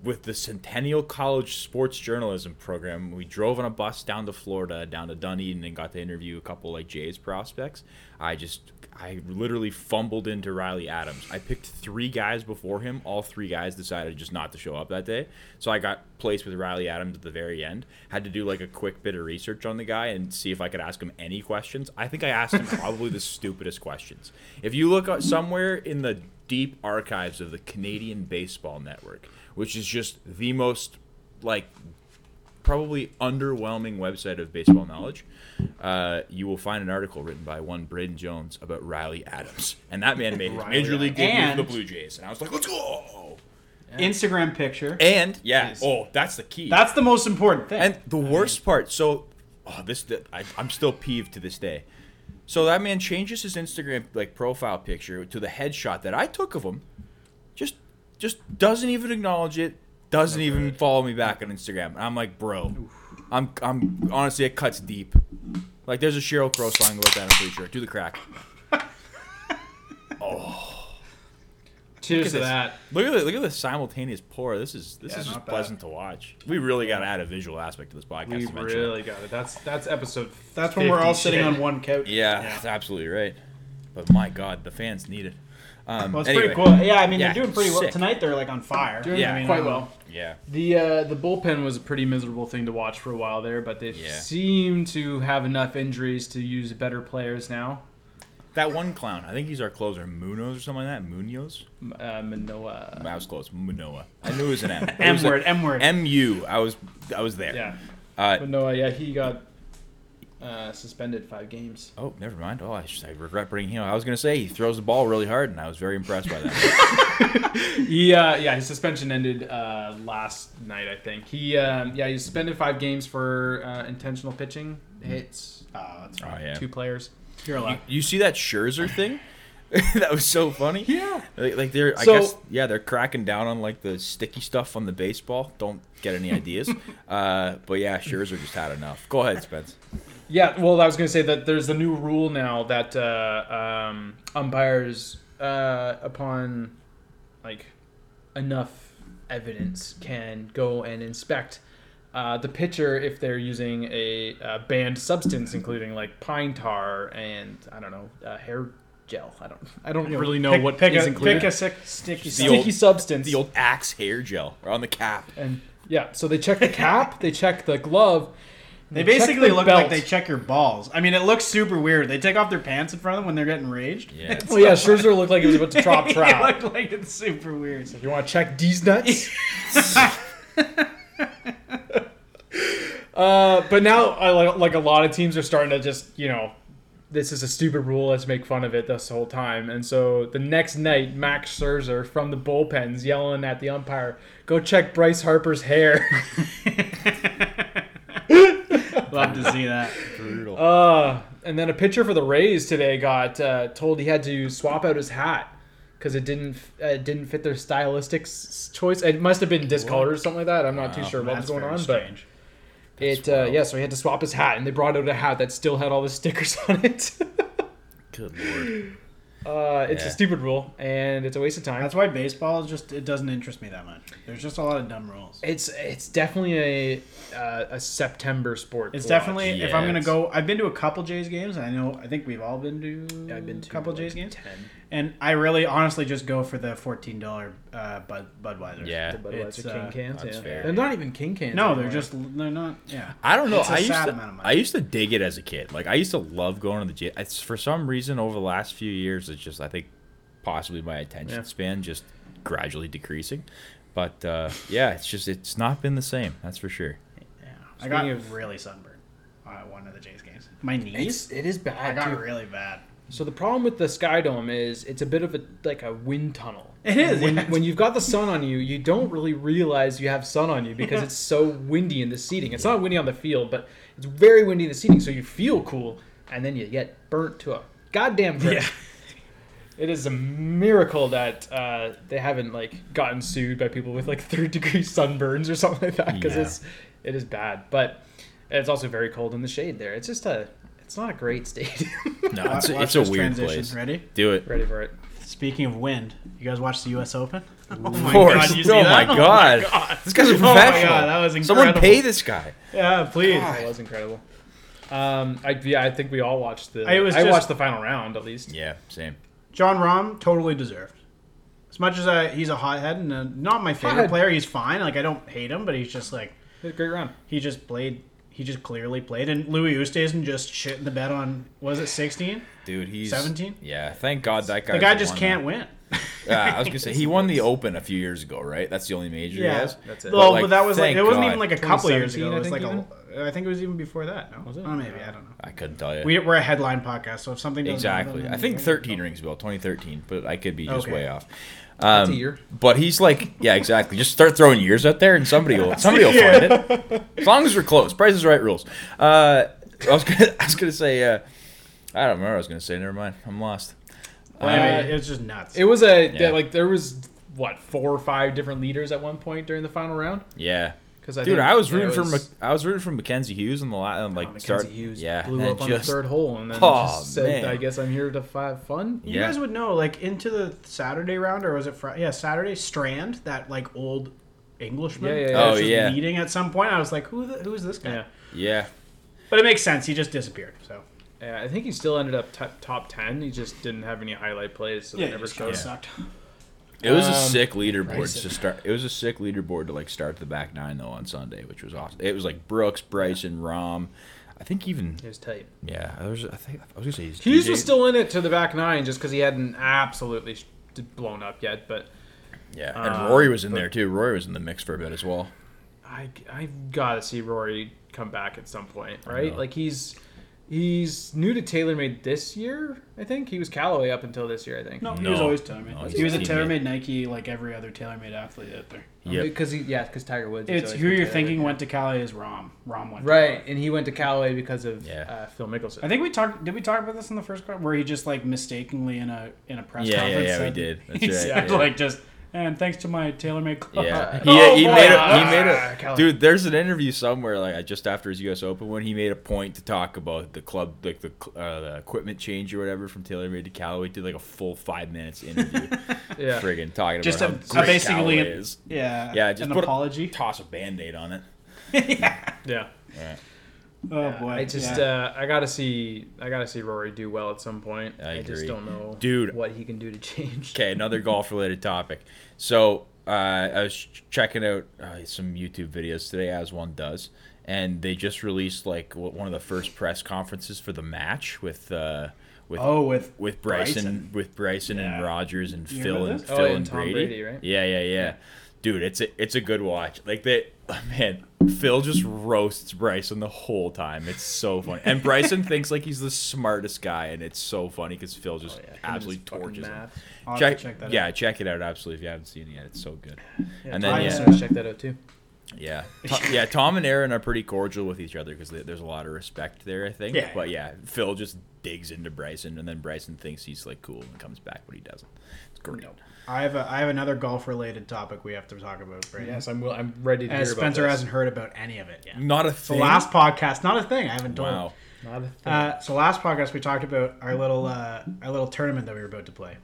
Speaker 2: with the Centennial College Sports Journalism Program. We drove on a bus down to Florida, down to Dunedin, and got to interview a couple like Jays prospects. I just, I literally fumbled into Riley Adams. I picked three guys before him. All three guys decided just not to show up that day. So I got placed with Riley Adams at the very end. Had to do like a quick bit of research on the guy and see if I could ask him any questions. I think I asked him probably the stupidest questions. If you look up somewhere in the deep archives of the Canadian Baseball Network, which is just the most like probably underwhelming website of baseball knowledge. Uh, you will find an article written by one Braden Jones about Riley Adams, and that man made his
Speaker 1: Riley
Speaker 2: major league debut
Speaker 3: Adams.
Speaker 2: for the Blue Jays, and I was like, let's go!
Speaker 3: Instagram picture.
Speaker 2: And yeah,
Speaker 1: Nice.
Speaker 2: oh, that's the key.
Speaker 3: That's the most important thing.
Speaker 2: And the worst part, so oh, this I, I'm still peeved to this day. So that man changes his Instagram like profile picture to the headshot that I took of him. Just just doesn't even acknowledge it. Doesn't even follow me back on Instagram. And I'm like, bro, I'm I'm honestly it cuts deep. Like there's a Cheryl Crow song about that. I'm pretty sure. Do the crack.
Speaker 1: Cheers to
Speaker 2: Look at
Speaker 1: that.
Speaker 2: this. Look at the, look at the simultaneous pour. This is this
Speaker 3: Yeah,
Speaker 2: is
Speaker 3: not
Speaker 2: just
Speaker 3: bad.
Speaker 2: pleasant to watch. We really got to add a visual aspect to this podcast.
Speaker 1: We
Speaker 2: eventually.
Speaker 1: really got it. That's that's episode.
Speaker 3: That's when we're all
Speaker 1: 50
Speaker 3: sitting
Speaker 1: shit.
Speaker 3: on one couch.
Speaker 2: Yeah, that's absolutely right. But my God, the fans need it. Um,
Speaker 3: Well, it's
Speaker 2: anyway,
Speaker 3: pretty cool. Yeah, I mean
Speaker 2: Yeah,
Speaker 3: they're doing pretty well
Speaker 2: sick.
Speaker 3: tonight. They're like on fire.
Speaker 1: Doing
Speaker 2: Yeah.
Speaker 3: I mean,
Speaker 1: quite
Speaker 3: um,
Speaker 1: well.
Speaker 2: Yeah,
Speaker 1: The uh, the bullpen was a pretty miserable thing to watch for a while there, but they
Speaker 2: Yeah.
Speaker 1: seem to have enough injuries to use better players now.
Speaker 2: that one clown. I think he's our closer, Munoz or something like that. Munoz.
Speaker 1: Uh, Manoa.
Speaker 2: I was close. Manoa. I knew it was an M. It
Speaker 3: M
Speaker 2: was a-
Speaker 3: word. M word.
Speaker 2: M U. I was. I was there.
Speaker 1: Yeah,
Speaker 2: Uh,
Speaker 1: Manoa. Yeah, he got uh, suspended five games.
Speaker 2: oh, never mind. Oh, I, just, I regret bringing him. I was gonna say he throws the ball really hard, and I was very impressed by that.
Speaker 1: He, uh, yeah, his suspension ended uh, last night, I think. He, um, yeah, he suspended five games for uh, intentional pitching hits,
Speaker 3: Oh, that's
Speaker 2: oh
Speaker 3: right.
Speaker 2: yeah.
Speaker 1: two players.
Speaker 3: You're allowed.
Speaker 2: You see that Scherzer thing? that was so funny.
Speaker 1: Yeah.
Speaker 2: Like, like they're,
Speaker 1: So-
Speaker 2: I guess, yeah, they're cracking down on like the sticky stuff on the baseball. Don't get any ideas. uh, but yeah, Scherzer just had enough. Go ahead, Spence.
Speaker 1: Yeah, well, I was going to say that there's a new rule now that uh, um, umpires, uh, upon like enough evidence, can go and inspect uh, the pitcher if they're using a uh, banned substance, including like pine tar and I don't know uh, hair gel. I don't, I don't really know
Speaker 3: pick,
Speaker 1: what
Speaker 3: pick
Speaker 1: is
Speaker 3: a,
Speaker 1: included.
Speaker 3: Pick a sick, sticky.
Speaker 2: The
Speaker 3: side.
Speaker 1: sticky
Speaker 2: old-
Speaker 1: substance.
Speaker 2: The old axe hair gel or on the cap.
Speaker 1: and yeah, so they check the cap, they check the glove,
Speaker 3: They
Speaker 1: Check
Speaker 3: basically
Speaker 1: the
Speaker 3: look
Speaker 1: belt.
Speaker 3: like they check your balls. I mean, it looks super weird. They take off their pants in front of them when they're getting raged.
Speaker 2: Yeah.
Speaker 3: It's
Speaker 1: Well, yeah,
Speaker 3: so funny.
Speaker 1: Scherzer looked like he was about to drop
Speaker 3: it
Speaker 1: trout.
Speaker 3: looked like it's super weird.
Speaker 1: You want to check these nuts? uh, but now, I, like, like a lot of teams are starting to just, you know, this is a stupid rule. Let's make fun of it this whole time. And so the next night, Max Scherzer from the bullpens yelling at the umpire, "Go check Bryce Harper's hair."
Speaker 3: Love to see that.
Speaker 2: Brutal.
Speaker 1: Uh, and then a pitcher for the Rays today got uh, told he had to swap out his hat because it didn't uh, it didn't fit their stylistic s- choice. It must have been discolored or something like that. I'm not too
Speaker 2: Wow,
Speaker 1: sure what was
Speaker 3: That's
Speaker 1: going
Speaker 3: very
Speaker 1: on,
Speaker 3: strange.
Speaker 1: but it uh, yeah. So he had to swap his hat, and they brought out a hat that still had all the stickers on it.
Speaker 2: Good lord.
Speaker 1: uh, it's
Speaker 2: Yeah.
Speaker 1: a stupid rule, and it's a waste of time.
Speaker 3: That's why baseball is just it doesn't interest me that much. There's just a lot of dumb rules.
Speaker 1: it's it's definitely a uh, a September sport.
Speaker 3: It's
Speaker 1: to
Speaker 3: definitely if I'm
Speaker 2: Yeah,
Speaker 3: gonna
Speaker 2: it's-
Speaker 3: go. I've been to a couple Jays games, and I know I think we've all been to
Speaker 1: watch. I've been
Speaker 3: a
Speaker 1: to
Speaker 3: couple
Speaker 1: like
Speaker 3: Jays games,
Speaker 1: Ten.
Speaker 3: and I really honestly just go for the fourteen dollar uh, Bud Budweiser.
Speaker 2: Yeah.
Speaker 1: The Budweiser
Speaker 3: It's,
Speaker 1: King
Speaker 3: uh,
Speaker 1: cans.
Speaker 2: that's
Speaker 1: yeah.
Speaker 2: fair.
Speaker 1: They're not even King cans.
Speaker 3: No, they're
Speaker 1: anymore.
Speaker 3: just they're not. Yeah.
Speaker 2: I don't know.
Speaker 3: It's a
Speaker 2: I used
Speaker 3: sad
Speaker 2: to,
Speaker 3: amount of money.
Speaker 2: I used to dig it as a kid. Like I used to love going to the gym. It's for some reason over the last few years, it's just I think possibly my attention
Speaker 1: Yeah.
Speaker 2: span just gradually decreasing. But uh, yeah, it's just it's not been the same. That's for sure.
Speaker 3: Yeah. I got
Speaker 1: Speaking of-
Speaker 3: really sunburned at one of the Jays games. My knees.
Speaker 1: It's, it is bad.
Speaker 3: I got
Speaker 1: dude.
Speaker 3: really bad.
Speaker 1: So the problem with the Skydome is it's a bit of a like a wind tunnel.
Speaker 3: It is,
Speaker 1: When,
Speaker 3: yeah.
Speaker 1: when you've got the sun on you, you don't really realize you have sun on you because it's so windy in the seating. It's not windy on the field, but it's very windy in the seating, so you feel cool, and then you get burnt to a goddamn crisp. It is a miracle that uh, they haven't like gotten sued by people with like third degree sunburns or something like that because
Speaker 2: Yeah.
Speaker 1: it's it is bad, but it's also very cold in the shade there. It's just a it's not a great stadium.
Speaker 2: No,
Speaker 3: Wa-
Speaker 2: it's,
Speaker 3: watch
Speaker 2: it's a
Speaker 3: this
Speaker 2: weird
Speaker 3: transition.
Speaker 2: place.
Speaker 3: Ready?
Speaker 2: Do it.
Speaker 1: Ready for it.
Speaker 3: Speaking of wind, you guys watch the U.S. Open? Oh my
Speaker 2: Of course.
Speaker 3: you see
Speaker 2: oh, my
Speaker 3: that?
Speaker 2: god. This guy's a
Speaker 3: Oh my God,
Speaker 2: professional.
Speaker 3: that was
Speaker 2: Someone
Speaker 3: incredible.
Speaker 2: pay this guy.
Speaker 3: Yeah, please.
Speaker 1: That was incredible. Um, I yeah, I think we all watched the.
Speaker 3: I
Speaker 1: I,
Speaker 3: was just-
Speaker 1: watched the final round at least.
Speaker 2: Yeah, same.
Speaker 3: John Rahm totally deserved. As much as I, he's a hothead and uh not my favorite
Speaker 1: Hothead.
Speaker 3: player, he's fine. Like I don't hate him, but he's just like
Speaker 1: It was a great round.
Speaker 2: Um,
Speaker 3: he just played. He just clearly played, and Louis Oosthuizen just shit in the bed on was it sixteen?
Speaker 2: Dude, he's
Speaker 3: 17?
Speaker 2: Yeah, thank God that guy.
Speaker 3: The guy just can't win.
Speaker 2: Yeah, ah, I was gonna say he won the Open a few years ago, right? That's the only major.
Speaker 3: Yeah.
Speaker 2: he has.
Speaker 1: That's it.
Speaker 3: Well, but,
Speaker 2: like,
Speaker 3: that was like
Speaker 2: thank
Speaker 3: it wasn't
Speaker 2: God.
Speaker 3: even like a couple years
Speaker 1: 2017,
Speaker 3: ago. It was
Speaker 1: I
Speaker 3: like
Speaker 1: think
Speaker 3: a, I think it was even before that. No,
Speaker 1: Was it?
Speaker 3: Oh, maybe I don't know.
Speaker 2: I couldn't tell you.
Speaker 3: We, we're a headline podcast, so if something doesn't
Speaker 2: exactly.
Speaker 3: happen,
Speaker 2: I think
Speaker 3: then-
Speaker 2: 13 rings a bell, 2013, but I could be just
Speaker 3: Okay.
Speaker 2: way off. Um,
Speaker 1: a year.
Speaker 2: But he's like, yeah, exactly. Just start throwing years out there, and somebody will somebody will
Speaker 3: Yeah.
Speaker 2: find it. As long as we're close, Price is Right rules. Uh, I was gonna, I was gonna say, uh, I don't remember. what I was gonna say, never mind. I'm lost. Uh,
Speaker 3: Anyway, it's just nuts.
Speaker 1: It was a
Speaker 2: Yeah.
Speaker 1: like there was what four or five different leaders at one point during the final round.
Speaker 2: Yeah.
Speaker 1: Because I
Speaker 2: Dumackenzie Dude,
Speaker 1: think
Speaker 2: I was
Speaker 1: it
Speaker 2: rooting for Mc- I was rooting for Mackenzie Hughes in the la- on, like
Speaker 1: Mackenzie
Speaker 2: start.
Speaker 1: Hughes
Speaker 2: yeah,
Speaker 1: blew
Speaker 2: and
Speaker 1: up on the
Speaker 2: just-
Speaker 1: third hole and then
Speaker 2: Oh,
Speaker 1: just said,
Speaker 2: man.
Speaker 1: "I guess I'm here to have fun."
Speaker 3: You
Speaker 2: Yeah.
Speaker 3: guys would know, like into the Saturday round, or was it Friday? Yeah, Saturday. Strand, that like old Englishman.
Speaker 1: Yeah, yeah,
Speaker 3: that
Speaker 1: yeah.
Speaker 3: was
Speaker 2: Oh,
Speaker 3: just
Speaker 2: yeah.
Speaker 3: Leading at some point, I was like, who the, who is this guy?
Speaker 1: Yeah.
Speaker 2: Yeah,
Speaker 3: But it makes sense. He just disappeared. So
Speaker 1: Yeah, I think he still ended up t- top ten. He just didn't have any highlight plays, so they never showed. him.
Speaker 3: sucked.
Speaker 2: it was a
Speaker 1: Um,
Speaker 2: sick leaderboard
Speaker 1: Bryson.
Speaker 2: to start. It was a sick leaderboard to like start the back nine though on Sunday, which was awesome. It was like Brooks, Bryson, Rom. I think even
Speaker 1: It was tight.
Speaker 2: yeah. I was I think I was gonna say he's
Speaker 1: Hughes
Speaker 2: DJ
Speaker 1: was still in it to the back nine just because he hadn't absolutely sh- blown up yet, but.
Speaker 2: yeah, and
Speaker 1: uh,
Speaker 2: Rory was in there too. Rory was in the mix for a bit as well.
Speaker 1: I I gotta see Rory come back at some point, right?
Speaker 2: know.
Speaker 1: Like he's he's new to TaylorMade this year. I think he was Callaway up until this year. I think
Speaker 3: No, he
Speaker 2: No.
Speaker 3: was always TaylorMade.
Speaker 2: No,
Speaker 3: he was a
Speaker 2: he's
Speaker 3: TaylorMade Nike, like every other TaylorMade athlete out there.
Speaker 2: Yep.
Speaker 1: because he yeah because Tiger Woods. has
Speaker 3: It's
Speaker 1: always
Speaker 3: who
Speaker 1: been
Speaker 3: you're
Speaker 1: Taylor.
Speaker 3: thinking went to Cali is Rom. Rom went. to
Speaker 1: right? And he went to Callaway because of
Speaker 2: Yeah.
Speaker 1: uh, Phil Mickelson.
Speaker 3: I think we talked. Did we talk about this in the first part where he just like mistakenly in a in a press
Speaker 2: Yeah, yeah,
Speaker 3: conference?
Speaker 2: yeah, we
Speaker 3: said-
Speaker 2: did. That's
Speaker 3: he
Speaker 2: right,
Speaker 3: said
Speaker 2: yeah.
Speaker 3: like just and thanks to my TaylorMade club.
Speaker 2: Yeah, he,
Speaker 1: Oh,
Speaker 2: he
Speaker 1: boy.
Speaker 2: made a, he
Speaker 1: Ah,
Speaker 2: made a
Speaker 1: Callum.
Speaker 2: dude. There's an interview somewhere like just after his U.S. Open when he made a point to talk about the club, like the cl- uh, the equipment change or whatever from TaylorMade to Callaway. Did like a full five minutes interview,
Speaker 1: yeah.
Speaker 2: friggin' talking
Speaker 3: Just
Speaker 2: about
Speaker 3: a-
Speaker 2: how great
Speaker 3: basically-
Speaker 2: Callaway is.
Speaker 3: Yeah.
Speaker 2: Yeah, just
Speaker 3: an
Speaker 2: put a-
Speaker 3: apology.
Speaker 2: Toss a band-aid on it.
Speaker 1: Yeah.
Speaker 3: oh boy.
Speaker 1: I just
Speaker 3: yeah.
Speaker 1: uh, I gotta see I gotta see Rory do well at some point.
Speaker 2: I
Speaker 1: just
Speaker 2: agree.
Speaker 1: don't know,
Speaker 2: Dude.
Speaker 1: what he can do to change.
Speaker 2: Okay, another golf related topic. So uh, I was ch- checking out uh, some YouTube videos today, as one does, and they just released like what, one of the first press conferences for the match with uh, with
Speaker 3: Oh, with
Speaker 2: with Bryson,
Speaker 3: Bryson.
Speaker 2: with Bryson
Speaker 3: Yeah.
Speaker 2: and Rogers and
Speaker 3: You
Speaker 2: Phil
Speaker 3: remember
Speaker 2: and
Speaker 3: this?
Speaker 1: Oh,
Speaker 2: Phil
Speaker 1: yeah,
Speaker 2: and
Speaker 1: Tom
Speaker 2: Brady.
Speaker 1: Brady, right?
Speaker 2: Yeah, yeah, yeah. Dude, it's a it's a good watch. Like they man, Phil just roasts Bryson the whole time. It's so funny. And Bryson thinks like he's the smartest guy and it's so funny cuz Phil just
Speaker 1: him and
Speaker 2: absolutely
Speaker 1: his fucking
Speaker 2: torches him.
Speaker 1: math.
Speaker 3: I'll have to
Speaker 2: Check,
Speaker 3: check that
Speaker 2: yeah, check it out absolutely if you haven't seen it yet. It's so good. and
Speaker 1: Tom
Speaker 2: then
Speaker 1: needs
Speaker 2: yeah,
Speaker 1: to check that out too.
Speaker 2: yeah, Tom, yeah. Tom and Aaron are pretty cordial with each other because there's a lot of respect there, I think.
Speaker 3: Yeah.
Speaker 2: But yeah, Phil just digs into Bryson, and then Bryson thinks he's like cool and comes back, but he doesn't. It's great.
Speaker 3: I have a, I have another golf related topic we have to talk about. Right?
Speaker 1: Yes, I'm. will- I'm ready to
Speaker 3: As
Speaker 1: hear
Speaker 3: Spencer
Speaker 1: about
Speaker 3: hasn't heard about any of it yet.
Speaker 2: Not a
Speaker 3: So
Speaker 2: thing.
Speaker 3: last podcast, not a thing. I haven't told.
Speaker 2: wow.
Speaker 1: this. Not a thing.
Speaker 3: Uh, so last podcast we talked about our little uh, our little tournament that we were about to play,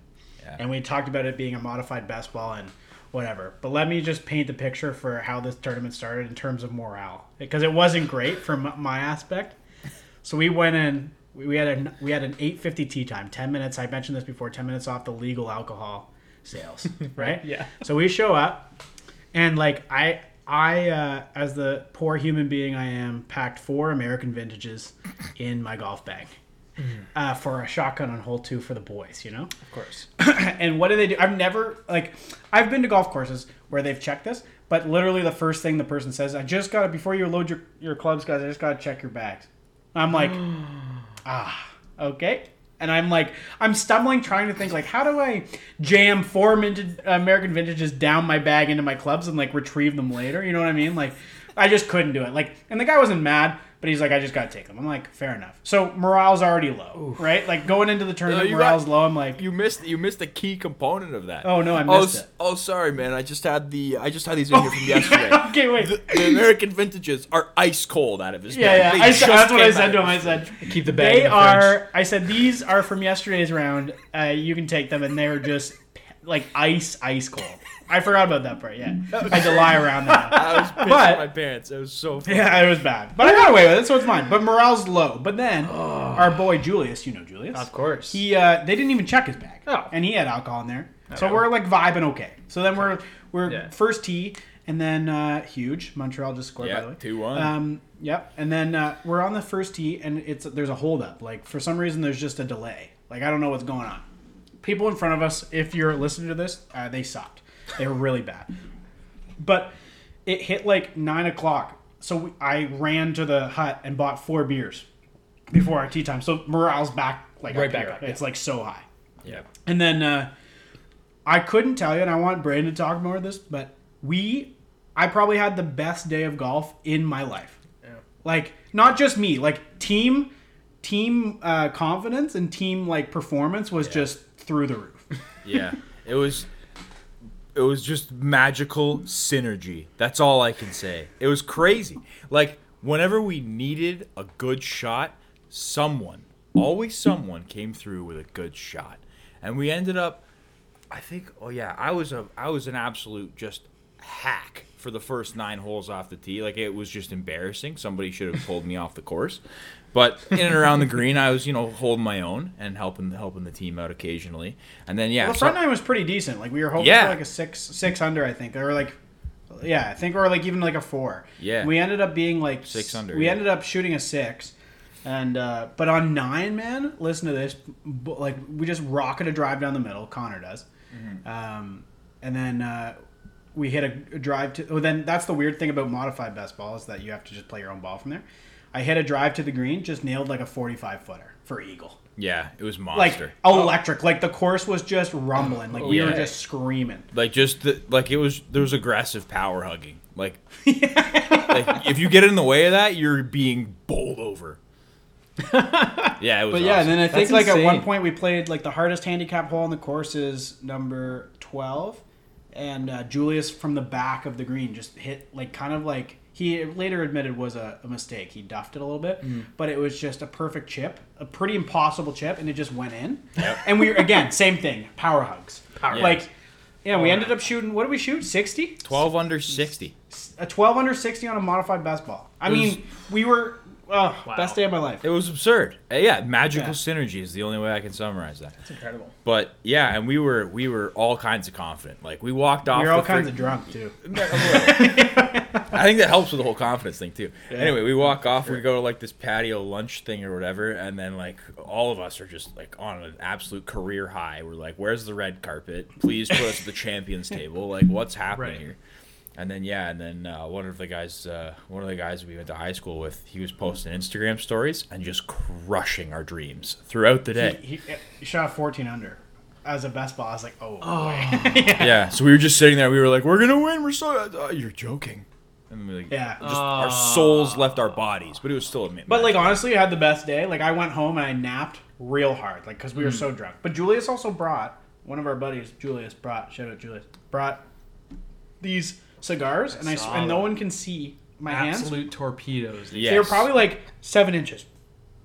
Speaker 2: Yeah.
Speaker 3: and we talked about it being a modified best ball and whatever. But let me just paint the picture for how this tournament started in terms of morale, because it wasn't great from m- my aspect. So we went in. We we had an we had an eight fifty tea time, ten minutes. I mentioned this before. Ten minutes off the legal alcohol sales, right?
Speaker 1: Yeah.
Speaker 3: So we show up, and like I, I uh, as the poor human being I am, packed four American vintages in my golf bag uh, for a shotgun on hole two for the boys. You know.
Speaker 1: of course.
Speaker 3: and what do they do? I've never like I've been to golf courses where they've checked this, but literally the first thing the person says, "I just got to before you load your your clubs, guys. I just got to check your bags." I'm like, ah, okay. And I'm like, I'm stumbling, trying to think like, how do I jam four minted American vintages down my bag into my clubs and like retrieve them later? You know what I mean? Like, I just couldn't do it. Like, and the guy wasn't mad, but he's like, I just gotta take them. I'm like, fair enough. So morale's already low, right? Like going into the tournament,
Speaker 2: you got-
Speaker 3: morale's low. I'm like,
Speaker 2: You missed you missed a key component of that.
Speaker 3: Oh, no, I
Speaker 2: oh,
Speaker 3: missed
Speaker 2: s-
Speaker 3: it.
Speaker 2: Oh, sorry, man. I just had the I just had these in here from yesterday.
Speaker 3: okay, wait.
Speaker 2: The, the American vintages are ice cold out of his.
Speaker 3: yeah,
Speaker 2: bag.
Speaker 3: yeah.
Speaker 2: They
Speaker 3: I said,
Speaker 2: just
Speaker 3: that's what I
Speaker 2: came
Speaker 3: said
Speaker 2: out
Speaker 3: to
Speaker 2: of
Speaker 3: him. I said,
Speaker 1: Keep the bag.
Speaker 3: they
Speaker 1: in the fridge.
Speaker 3: are. I said these are from yesterday's round. Uh, you can take them, and they're just like ice, ice cold. I forgot about that part. Yeah, I had to lie around that.
Speaker 2: I was pissed
Speaker 3: But-
Speaker 2: at my parents. It was so funny.
Speaker 3: Yeah, it was bad, but I got away with it, so it's fine. But morale's low. But then our boy Julius, you know Julius,
Speaker 1: Of course.
Speaker 3: He uh, they didn't even check his bag.
Speaker 1: Oh.
Speaker 3: And he had alcohol in there.
Speaker 1: Okay.
Speaker 3: So we're like vibing okay. So then we're we're
Speaker 1: Yeah.
Speaker 3: first tee and then uh, huge Montreal just scored by
Speaker 2: Yeah,
Speaker 3: the way.
Speaker 2: 2-1.
Speaker 3: Um yep. And then uh, we're on the first tee and it's there's a holdup. Like for some reason there's just a delay. Like I don't know what's going on. People in front of us, if you're listening to this, uh, they sucked. They were really bad but it hit like nine o'clock. So we, I ran to the hut and bought four beers before our tea time. So morale's back, like
Speaker 1: Right
Speaker 3: up
Speaker 1: back
Speaker 3: here.
Speaker 1: up,
Speaker 3: It's like so high.
Speaker 2: Yeah.
Speaker 3: And then uh, I couldn't tell you, and I want Brandon to talk more of this, but we, I probably had the best day of golf in my life. Like not just me, like team, team uh, confidence and team like performance was just through the roof.
Speaker 2: Yeah. It was it was just magical synergy. That's all I can say. It was crazy. Like whenever we needed a good shot, someone, always someone came through with a good shot. And we ended up I think oh yeah, I was a I was an absolute just hack for the first 9 holes off the tee. Like it was just embarrassing. Somebody should have pulled me off the course. But in and around the green, I was, you know, holding my own and helping helping the team out occasionally. And then yeah,
Speaker 3: The
Speaker 2: so-
Speaker 3: front nine was pretty decent. Like we were hoping
Speaker 2: Yeah.
Speaker 3: for like a six six under, I think. Or like yeah, I think or like even like a four.
Speaker 2: Yeah.
Speaker 3: We ended up being like
Speaker 2: Six under,
Speaker 3: We
Speaker 2: yeah.
Speaker 3: ended up shooting a six. And uh but on nine, man, listen to this. b- Like we just rocket a drive down the middle, Connor does.
Speaker 2: Mm-hmm.
Speaker 3: Um and then uh we hit a, a drive to. Oh, then that's the weird thing about modified best ball is that you have to just play your own ball from there. I hit a drive to the green, just nailed like a forty-five footer for eagle
Speaker 2: Yeah, it was
Speaker 3: like
Speaker 2: monster. Like,
Speaker 3: electric. Like the course was just rumbling. Like we
Speaker 2: Yeah.
Speaker 3: were just screaming.
Speaker 2: just the, like it was there was aggressive power hugging. Like, like if you get in the way of that, you're being bowled over. yeah, it was.
Speaker 3: But yeah,
Speaker 2: awesome.
Speaker 3: and then I
Speaker 1: That's
Speaker 3: think like at one
Speaker 1: insane.
Speaker 3: point we played like the hardest handicap hole on the course is number twelve, and uh, Julius from the back of the green just hit like kind of like he later admitted was a, a mistake. He duffed it a little bit,
Speaker 2: Mm-hmm.
Speaker 3: but it was just a perfect chip, a pretty impossible chip, and it just went in.
Speaker 2: Yep.
Speaker 3: And we were again same thing, power hugs,
Speaker 1: Power
Speaker 3: like.
Speaker 2: hugs.
Speaker 3: Yeah, we ended up shooting. What did we shoot? Sixty.
Speaker 2: twelve under sixty.
Speaker 3: a 12 under 60 on a modified best ball. I
Speaker 2: was-
Speaker 3: mean, we were Oh,
Speaker 1: Wow.
Speaker 3: best day of my life.
Speaker 2: It was absurd. Uh, yeah, magical
Speaker 3: Yeah.
Speaker 2: synergy is the only way I can summarize that.
Speaker 3: It's incredible.
Speaker 2: But yeah, and we were we were all kinds of confident. Like we walked off.
Speaker 3: You're all
Speaker 2: the
Speaker 3: kinds
Speaker 2: fir-
Speaker 3: of drunk too.
Speaker 2: I think that helps with the whole confidence thing too. Anyway, we walk off. We go to like this patio lunch thing or whatever, and then like all of us are just like on an absolute career high. We're like, "Where's the red carpet? Please put us at the champions table. Like, what's happening
Speaker 1: Right.
Speaker 2: here?" And then yeah, and then uh, one of the guys, uh, one of the guys we went to high school with, he was posting Instagram stories and just crushing our dreams throughout the day.
Speaker 3: He, he shot 14 under. As a best ball, I was like, oh,
Speaker 2: yeah. So we were just sitting there. We were like, "We're gonna win. We're so uh, you're joking." And we like,
Speaker 3: Yeah.
Speaker 2: Just our souls left our bodies, but it was still a ma-
Speaker 3: But like honestly, I had the best day. Like I went home and I napped real hard, like because we were
Speaker 2: Hmm.
Speaker 3: so drunk. But Julius also brought one of our buddies. Julius brought shout out Julius brought these cigars, and I s-
Speaker 1: saw
Speaker 3: and no
Speaker 1: them.
Speaker 3: one can see my hands.
Speaker 1: Absolute torpedoes.
Speaker 2: yes.
Speaker 3: They were probably like seven inches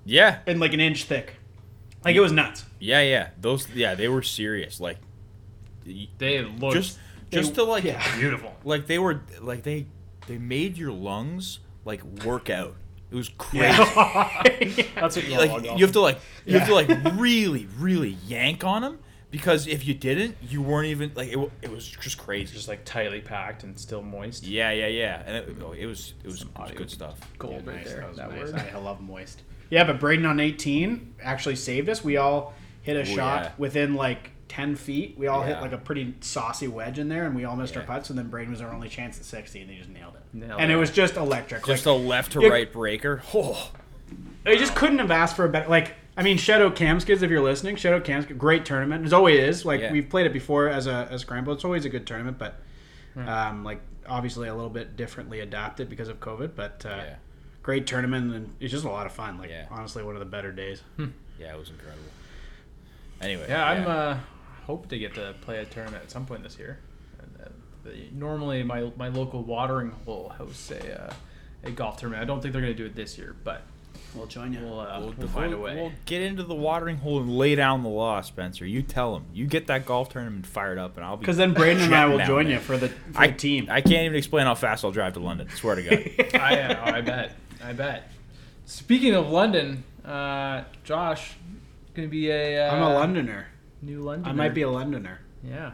Speaker 2: yeah,
Speaker 3: and like an inch thick. Like it was nuts.
Speaker 2: yeah, yeah. Those yeah, they were serious. Like y-
Speaker 1: They look
Speaker 2: just
Speaker 3: They-
Speaker 2: just to like
Speaker 3: yeah.
Speaker 1: beautiful.
Speaker 2: like they were like they they made your lungs like work out. It was crazy.
Speaker 1: That's what you
Speaker 2: like you have to like you have to like really really yank on them because if you didn't, you weren't even like it. wa- It was just crazy.
Speaker 1: just like tightly packed and still moist.
Speaker 2: Yeah, yeah, yeah. And it, oh, it was it was, it was good stuff.
Speaker 1: Gold
Speaker 3: Yeah,
Speaker 1: right
Speaker 3: nice.
Speaker 1: there.
Speaker 3: That was
Speaker 1: that
Speaker 3: nice.
Speaker 1: word.
Speaker 3: I love moist. Yeah, but Braden on 18 actually saved us. We all hit a shot
Speaker 2: yeah.
Speaker 3: within like 10 feet. We all hit
Speaker 2: Yeah.
Speaker 3: like a pretty saucy wedge in there, and we all missed our
Speaker 2: Yeah.
Speaker 3: putts. And then Braden was our only chance at 60, and he just nailed it.
Speaker 1: Nailed
Speaker 3: and it
Speaker 1: it.
Speaker 3: was just electric.
Speaker 2: Just
Speaker 3: like,
Speaker 2: a left to
Speaker 3: Yeah.
Speaker 2: right breaker. Oh,
Speaker 3: I just couldn't have asked for a better. Like, I mean, Shadow Camskids, if you're listening, Shadow Camskids, great tournament. It always is. Like,
Speaker 2: Yeah.
Speaker 3: we've played it before as a as Scramble. It's always a good tournament, but
Speaker 2: Hmm.
Speaker 3: um, like obviously a little bit differently adapted because of COVID. But uh,
Speaker 2: Yeah.
Speaker 3: great tournament, and it's just a lot of fun. Like,
Speaker 2: Yeah.
Speaker 3: honestly, one of the better days.
Speaker 1: Hmm.
Speaker 2: yeah, it was incredible. Anyway,
Speaker 1: Yeah, I'm uh, hope to get to play a tournament at some point this year. And, uh, the- Normally, my my local watering hole hosts a uh, a golf tournament. I don't think they're gonna do it this year, but
Speaker 3: We'll join you.
Speaker 1: we'll uh,
Speaker 2: We'll,
Speaker 1: we'll, find a
Speaker 2: we'll-
Speaker 1: way.
Speaker 2: we'll get into the watering hole and lay down the law, Spencer. You tell him. You get that golf tournament fired up, and I'll be.
Speaker 3: Because then Braden and I will
Speaker 2: Now,
Speaker 3: join
Speaker 2: man.
Speaker 3: you for the, for
Speaker 2: I
Speaker 3: the team.
Speaker 2: I can't even explain how fast I'll drive to London. Swear to God.
Speaker 1: I, uh, I bet. I bet. Speaking of London, uh, Josh, gonna be a uh,
Speaker 3: I'm a Londoner.
Speaker 1: new London.
Speaker 3: I might be a Londoner.
Speaker 1: yeah.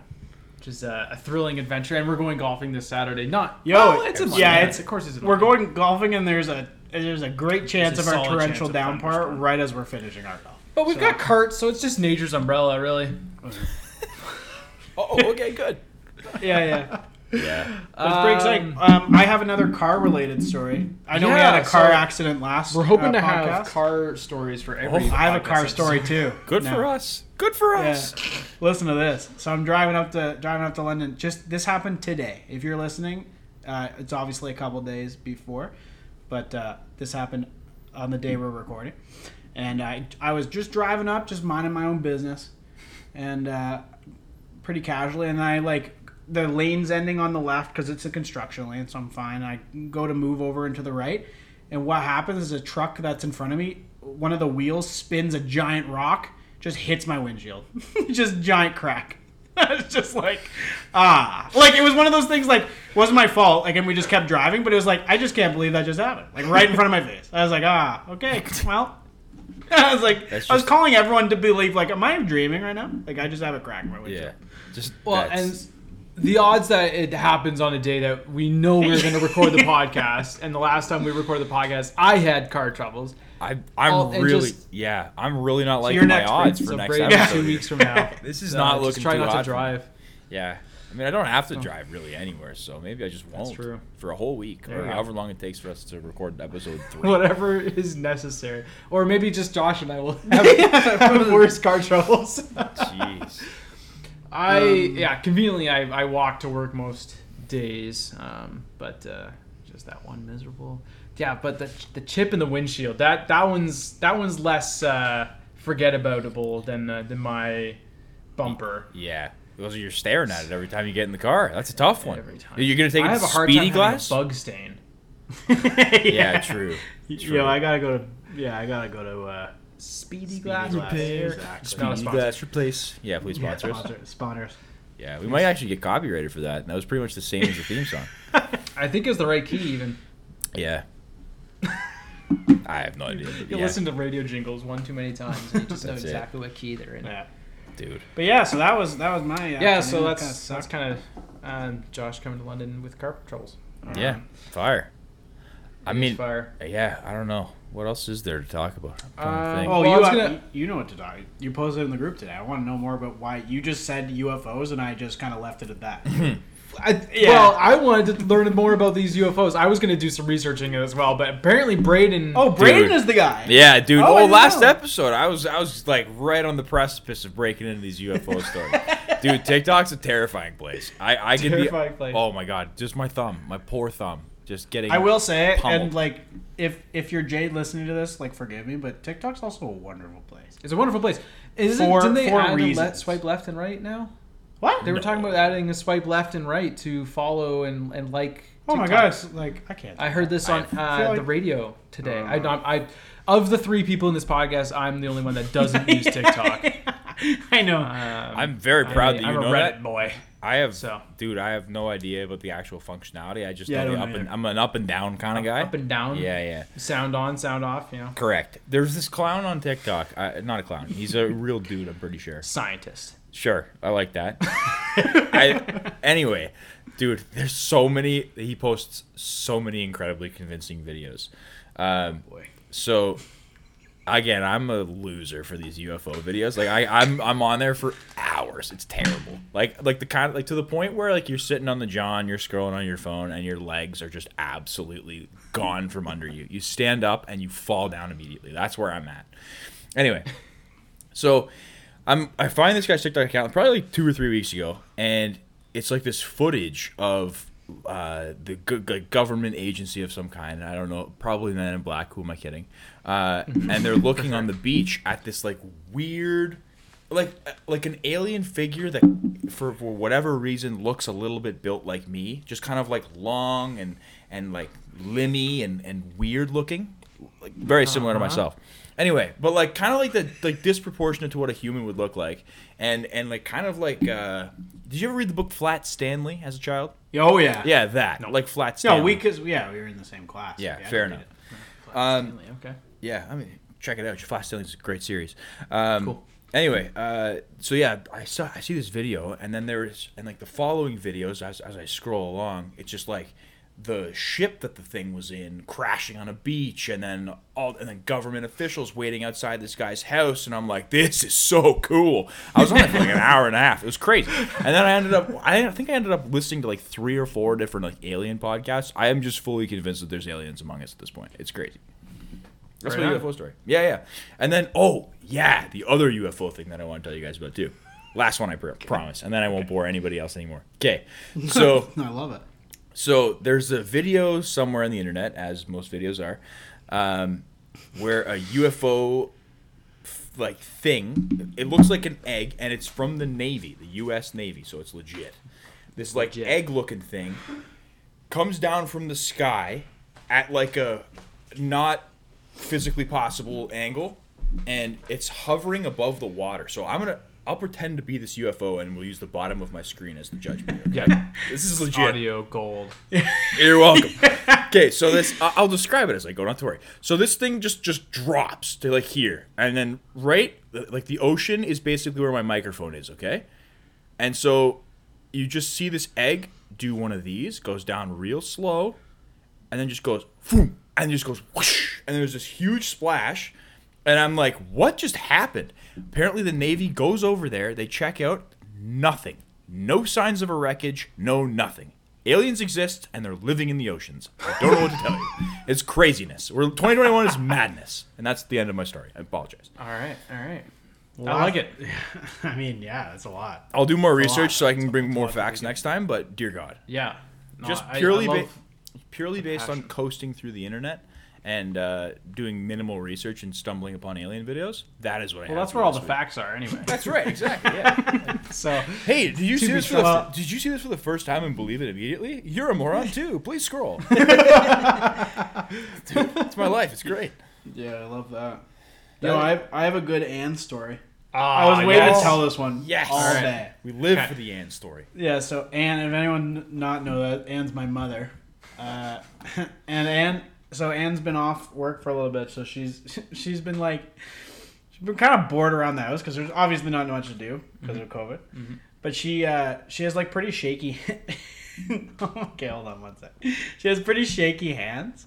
Speaker 1: Which is uh, a thrilling adventure, and we're going golfing this Saturday. Not
Speaker 3: Yo,
Speaker 1: well, it's in
Speaker 3: it's-
Speaker 1: London.
Speaker 3: yeah, it's-
Speaker 1: of course it's in
Speaker 3: We're
Speaker 1: London.
Speaker 3: going golfing, and there's a there's a great chance
Speaker 1: a
Speaker 3: of our
Speaker 1: solid
Speaker 3: torrential
Speaker 1: chance of
Speaker 3: downpour
Speaker 1: thunderstorm.
Speaker 3: right as we're finishing our golf.
Speaker 1: but we've
Speaker 3: so-
Speaker 1: got carts, so it's just nature's umbrella, really.
Speaker 2: oh, okay, good.
Speaker 3: Yeah, yeah.
Speaker 2: Yeah,
Speaker 3: It's pretty exciting. Um, I have another car related story. I know we
Speaker 1: Yeah,
Speaker 3: had a car
Speaker 1: so-
Speaker 3: accident last.
Speaker 1: We're hoping
Speaker 3: uh,
Speaker 1: to have
Speaker 3: podcast.
Speaker 1: car stories for every.
Speaker 3: I have a
Speaker 1: podcast
Speaker 3: car
Speaker 1: episode.
Speaker 3: story too.
Speaker 2: good for us. Good for
Speaker 3: Yeah.
Speaker 2: us.
Speaker 3: Listen to this. So I'm driving up to driving up to London. Just this happened today. If you're listening, uh, it's obviously a couple days before, but uh, this happened on the day we're recording. And I I was just driving up, just minding my own business, and uh, pretty casually. And I like the lane's ending on the left because it's a construction lane, so I'm fine. I go to move over into the right, and what happens is a truck that's in front of me, one of the wheels spins a giant rock, just hits my windshield, just giant crack. It's just like ah, like it was one of those things. Like wasn't my fault. Like and we just kept driving, but it was like I just can't believe that just happened. Like right in front of my face. I was like ah, okay, well. I was like,
Speaker 2: That's
Speaker 3: I was
Speaker 2: just-
Speaker 3: calling everyone to believe. Like, am I dreaming right now? Like, I just have a crack in my windshield.
Speaker 2: Yeah, just
Speaker 1: Well,
Speaker 2: that's-
Speaker 1: and the odds that it happens on a day that we know we're going to record the podcast, and the last time we recorded the podcast, I had car troubles.
Speaker 2: I, I'm
Speaker 1: Well, and
Speaker 2: really
Speaker 1: just-
Speaker 2: yeah, I'm really not
Speaker 3: you're
Speaker 2: liking my
Speaker 3: next,
Speaker 2: odds
Speaker 1: so
Speaker 2: for next
Speaker 1: Brady,
Speaker 2: episode.
Speaker 1: two weeks from now.
Speaker 2: This is
Speaker 1: So
Speaker 2: not
Speaker 1: just
Speaker 2: looking
Speaker 1: Try
Speaker 2: too
Speaker 1: not
Speaker 2: hot for
Speaker 1: to
Speaker 2: me.
Speaker 1: drive.
Speaker 2: Yeah. I mean, I don't have to drive really anywhere, so maybe I just won't
Speaker 1: true.
Speaker 2: for a whole week
Speaker 1: you
Speaker 2: or
Speaker 1: go.
Speaker 2: however long it takes for us to record episode three.
Speaker 1: Whatever is necessary, or maybe just Josh and I will have, have worse car troubles.
Speaker 2: Jeez.
Speaker 1: I yeah, conveniently I, I walk to work most days, um, but uh, just that one miserable. Yeah, but the, the chip in the windshield that that one's that one's less uh, forget aboutable than uh, than my bumper.
Speaker 2: Yeah. Those are you're staring at it every time you get in the car. That's a tough one.
Speaker 1: Every time.
Speaker 2: You're gonna take
Speaker 1: I
Speaker 2: it
Speaker 1: have
Speaker 2: to
Speaker 1: a hard
Speaker 2: speedy
Speaker 1: time
Speaker 2: glass.
Speaker 1: having a bug stain.
Speaker 3: yeah.
Speaker 2: Yeah, true. true.
Speaker 3: Yo, I gotta go to. Yeah, I gotta go to. Uh,
Speaker 1: Speedy,
Speaker 3: glass. Repair. Exactly.
Speaker 1: It's not a
Speaker 2: Speedy
Speaker 1: sponsor.
Speaker 2: glass replace. Yeah, please sponsor us.
Speaker 3: sponsor, sponsors.
Speaker 2: Yeah, we might actually get copyrighted for that. And that was pretty much the same as the theme song.
Speaker 1: I think it's the right key even.
Speaker 2: Yeah. I have no idea. but
Speaker 1: You
Speaker 2: yeah,
Speaker 1: listen to radio jingles one too many times, and you just know
Speaker 2: That's it.
Speaker 1: exactly what key they're in.
Speaker 3: Yeah.
Speaker 2: dude.
Speaker 3: But yeah, so that was that was my
Speaker 1: Yeah,
Speaker 3: afternoon.
Speaker 1: so
Speaker 3: It kinda
Speaker 1: that's that's
Speaker 3: sucked.
Speaker 1: kind of um, Josh coming to London with carpet troubles.
Speaker 2: Yeah, fire. I
Speaker 1: It is
Speaker 2: mean,
Speaker 1: fire.
Speaker 2: yeah, I don't know. What else is there to talk about? I'm trying to
Speaker 1: Uh,
Speaker 2: think.
Speaker 3: Oh,
Speaker 1: Well, I
Speaker 3: you
Speaker 1: was
Speaker 3: have-
Speaker 1: gonna-
Speaker 3: you you know what to do. You posted in the group today. I want to know more about why you just said UFOs and I just kind of left it at that.
Speaker 1: I,
Speaker 3: Yeah.
Speaker 1: Well, I wanted to learn more about these UFOs. I was going to do some researching as well, but apparently Braden.
Speaker 3: oh, Braden
Speaker 2: Dude.
Speaker 3: is the guy.
Speaker 2: Yeah, dude.
Speaker 3: Oh, I
Speaker 2: Oh,
Speaker 3: didn't
Speaker 2: last
Speaker 3: know.
Speaker 2: episode, I was I was like right on the precipice of breaking into these UFO stories. dude, TikTok's a terrifying place. I I could
Speaker 1: Terrifying
Speaker 2: be.
Speaker 1: place.
Speaker 2: Oh my god, just my thumb, my poor thumb, just getting.
Speaker 3: I will say, and
Speaker 2: Pummeled.
Speaker 3: like, if if you're Jade listening to this, like, forgive me, but TikTok's also a wonderful place.
Speaker 1: it's a wonderful place. Isn't
Speaker 3: For-
Speaker 1: didn't they
Speaker 3: for
Speaker 1: add a let
Speaker 3: reasons.
Speaker 1: swipe left and right now?
Speaker 3: What?
Speaker 1: They were talking about adding a swipe left and right to follow and, and like.
Speaker 3: oh my
Speaker 1: TikToks.
Speaker 3: god! It's like I can't.
Speaker 1: I heard this
Speaker 2: I
Speaker 1: on
Speaker 3: feel
Speaker 1: uh,
Speaker 3: like-
Speaker 1: the radio today.
Speaker 3: Uh.
Speaker 1: I not I of the three people in this podcast, I'm the only one that doesn't use TikTok. Um,
Speaker 3: I know.
Speaker 2: I'm very proud that you
Speaker 1: I'm
Speaker 2: know
Speaker 1: a Reddit
Speaker 2: that.
Speaker 1: boy.
Speaker 2: I have,
Speaker 1: So.
Speaker 2: dude. I have no idea about the actual functionality. I just
Speaker 3: Yeah, I
Speaker 2: know the
Speaker 3: don't
Speaker 2: up
Speaker 3: know
Speaker 2: and
Speaker 3: either.
Speaker 2: I'm an up and down kind of guy.
Speaker 1: Up and down.
Speaker 2: yeah, yeah.
Speaker 1: Sound on, sound off. You know,
Speaker 2: Correct. There's this clown on TikTok. I, not a clown. He's a real dude. I'm pretty sure.
Speaker 1: scientist.
Speaker 2: Sure, I like that. I, anyway, dude, there's so many. He posts so many incredibly convincing videos. Um,
Speaker 3: boy.
Speaker 2: so again, I'm a loser for these UFO videos. Like I, I'm, I'm on there for hours. It's terrible. Like, like the kind, like to the point where like you're sitting on the john, you're scrolling on your phone, and your legs are just absolutely gone from under you. You stand up and you fall down immediately. That's where I'm at. Anyway, so I'm I find this guy's TikTok account probably like two or three weeks ago, and it's like this footage of uh, the go- like government agency of some kind. I don't know, probably Men in Black. Who am I kidding? Uh, and they're looking on the beach at this like weird, like uh, like an alien figure that for for whatever reason looks a little bit built like me, just kind of like long and and like limmy and and weird looking, like very similar
Speaker 3: Uh-huh.
Speaker 2: to myself. Anyway, but like kind of like the like disproportionate to what a human would look like, and and like kind of like uh, did you ever read the book Flat Stanley as a child?
Speaker 3: Oh yeah.
Speaker 2: Yeah, that like Flat
Speaker 3: No,
Speaker 2: Stanley.
Speaker 3: we cause yeah we were in the same class.
Speaker 2: yeah,
Speaker 3: I
Speaker 2: fair
Speaker 3: did
Speaker 2: enough.
Speaker 3: it.
Speaker 2: Um,
Speaker 1: Really, okay.
Speaker 2: yeah, I mean check it out. Flat Stanley's a great series. Um,
Speaker 1: Cool.
Speaker 2: Anyway, uh, so yeah, I saw I see this video, and then there's and like the following videos as as I scroll along, it's just like the ship that the thing was in crashing on a beach, and then all and then government officials waiting outside this guy's house, and I'm like, this is so cool. I was on it for like an hour and a half. It was crazy, and then I ended up I think I ended up listening to like three or four different like alien podcasts. I am just fully convinced that there's aliens among us at this point. It's crazy. That's
Speaker 1: Right
Speaker 2: my
Speaker 1: on.
Speaker 2: UFO story. Yeah, yeah. And then, oh, yeah, the other UFO thing that I want to tell you guys about, too. Last one, I pr- promise. And then I won't bore anybody else anymore. Okay. So,
Speaker 3: I love it.
Speaker 2: so there's a video somewhere on the internet, as most videos are, um, where a UFO f- like thing. It looks like an egg, and it's from the Navy, the U.S. Navy, so it's legit. This like
Speaker 1: Legit.
Speaker 2: egg-looking thing comes down from the sky at like a not physically possible angle, and it's hovering above the water. So I'm gonna. I'll pretend to be this UFO, and we'll use the bottom of my screen as the judgment. okay?
Speaker 1: Yeah.
Speaker 2: This is legit.
Speaker 1: Audio gold.
Speaker 2: You're welcome. okay, so this I- I'll describe it as I go. Not to worry. So this thing just just drops to like here, and then right like the ocean is basically where my microphone is. Okay, and so you just see this egg do one of these, goes down real slow, and then just goes boom, and just goes whoosh, and there's this huge splash, and I'm like, what just happened? Apparently, the Navy goes over there, they check out nothing, no signs of a wreckage, no nothing. Aliens exist, and they're living in the oceans. I don't know what to tell you. It's craziness. We're 2021 is madness, and that's the end of my story. I apologize.
Speaker 1: All right. All right.
Speaker 3: Wow.
Speaker 1: I like it.
Speaker 3: I mean, yeah, that's a lot.
Speaker 2: I'll do more
Speaker 3: It's a lot.
Speaker 2: research so I can bring more
Speaker 3: lot to
Speaker 2: facts next time. But dear God,
Speaker 1: Yeah. No,
Speaker 2: just
Speaker 1: I- I
Speaker 2: purely
Speaker 1: love-
Speaker 2: ba- purely based on
Speaker 1: passion.
Speaker 2: coasting through the internet and uh, doing minimal research and stumbling upon alien videos. That is what I.
Speaker 1: well,
Speaker 2: had
Speaker 1: that's
Speaker 2: for
Speaker 1: where all
Speaker 2: this
Speaker 1: the
Speaker 2: week.
Speaker 1: facts are, anyway.
Speaker 2: That's right, exactly. Yeah.
Speaker 3: So
Speaker 2: hey, did you see
Speaker 3: be
Speaker 2: this for the,
Speaker 3: sure.
Speaker 2: did you see this for the first time and believe it immediately? You're a moron too. Please scroll. Dude, it's my life. It's great.
Speaker 3: yeah, I love that. No, I have, I have a good and story.
Speaker 1: Ah,
Speaker 3: I was waiting
Speaker 1: yes.
Speaker 3: to tell this one
Speaker 2: Yes.
Speaker 3: all
Speaker 2: All right.
Speaker 3: day.
Speaker 2: We live
Speaker 1: Okay.
Speaker 2: for the Ann story.
Speaker 3: Yeah, so Anne, if anyone n- not know that, Anne's my mother. Uh, and Anne, so Anne's been off work for a little bit, so she's she's been like she's been kind of bored around the house because there's obviously not much to do because of COVID. But she uh, she has like pretty shaky. okay, hold on one sec. She has pretty shaky hands.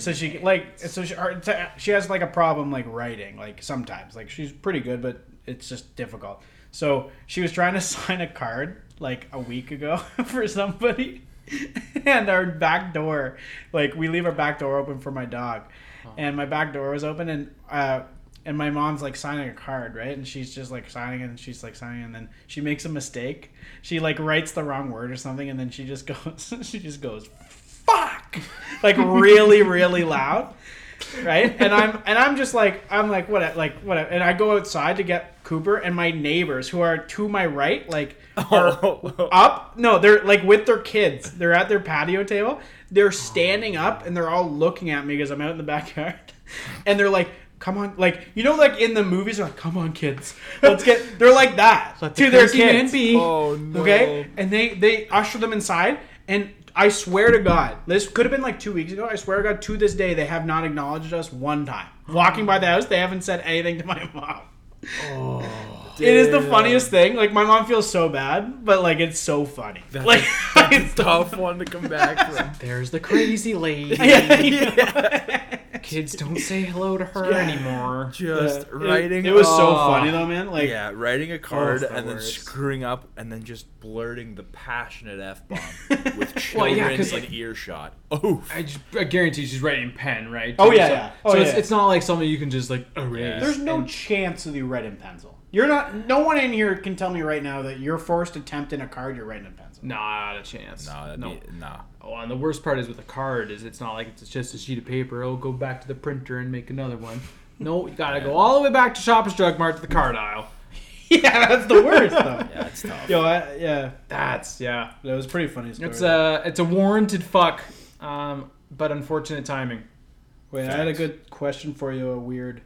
Speaker 3: So she like so she, her, to- she has like a problem like writing like sometimes like she's pretty good but it's just difficult. So she was trying to sign a card like a week ago for somebody, and our back door like we leave our back door open for my dog, and my back door was open and uh and my mom's like signing a card right and she's just like signing it and she's like signing it and then she makes a mistake she like writes the wrong word or something and then she just goes she just goes fuck like really really loud right and i'm and i'm just like i'm like what like what and i go outside to get cooper and my neighbors who are to my right like
Speaker 2: Oh,
Speaker 3: are up no they're like with their kids they're at their patio table they're standing up and they're all looking at me because i'm out in the backyard and they're like come on like you know like in the movies they're like come on kids let's get they're like that to their kids
Speaker 2: Oh no.
Speaker 3: Okay, and they they usher them inside, and I swear to God, this could have been like two weeks ago. I swear to God, to this day, they have not acknowledged us one time. Walking by the house, they haven't said anything to my mom.
Speaker 2: Oh.
Speaker 3: it is the
Speaker 2: damn.
Speaker 3: funniest thing. Like my mom feels so bad, but like it's so funny. like it's
Speaker 2: Tough one to come back from.
Speaker 1: There's the crazy lady.
Speaker 3: Yeah, yeah.
Speaker 1: Kids don't say hello to her
Speaker 3: Yeah.
Speaker 1: anymore.
Speaker 2: Just
Speaker 3: It-
Speaker 2: writing.
Speaker 3: It, was so
Speaker 1: Oh.
Speaker 3: funny though, man. Like
Speaker 2: yeah, writing a card
Speaker 1: it's the
Speaker 2: and then
Speaker 1: worst.
Speaker 2: screwing up and then just blurting the passionate f bomb with
Speaker 1: Well,
Speaker 2: children
Speaker 1: yeah, 'cause-
Speaker 2: in earshot. Oh,
Speaker 1: I, just, I guarantee she's writing pen, right?
Speaker 3: Oh, yeah,
Speaker 1: so,
Speaker 3: yeah. Oh,
Speaker 1: so it's,
Speaker 3: yeah.
Speaker 1: it's not like something you can just like erase.
Speaker 2: Yeah.
Speaker 3: There's no
Speaker 1: And-
Speaker 3: chance that you write in pencil. You're not. No one in here can tell me right now that your first attempt in a card you're writing in pencil.
Speaker 1: not a chance.
Speaker 2: no, that'd
Speaker 1: no.
Speaker 2: Be, nah.
Speaker 1: Oh, and the worst part is with a card is it's not like it's just a sheet of paper. Oh, go back to the printer and make another one. No, you gotta go all the way back to Shoppers Drug Mart to the card aisle.
Speaker 3: yeah, that's the worst though.
Speaker 2: Yeah, it's tough.
Speaker 3: Yo, I, yeah,
Speaker 1: That's yeah.
Speaker 3: that was a pretty funny. Story.
Speaker 1: It's uh, a it's a warranted fuck, um, but unfortunate timing.
Speaker 3: Wait, I had a good question for you. A weird.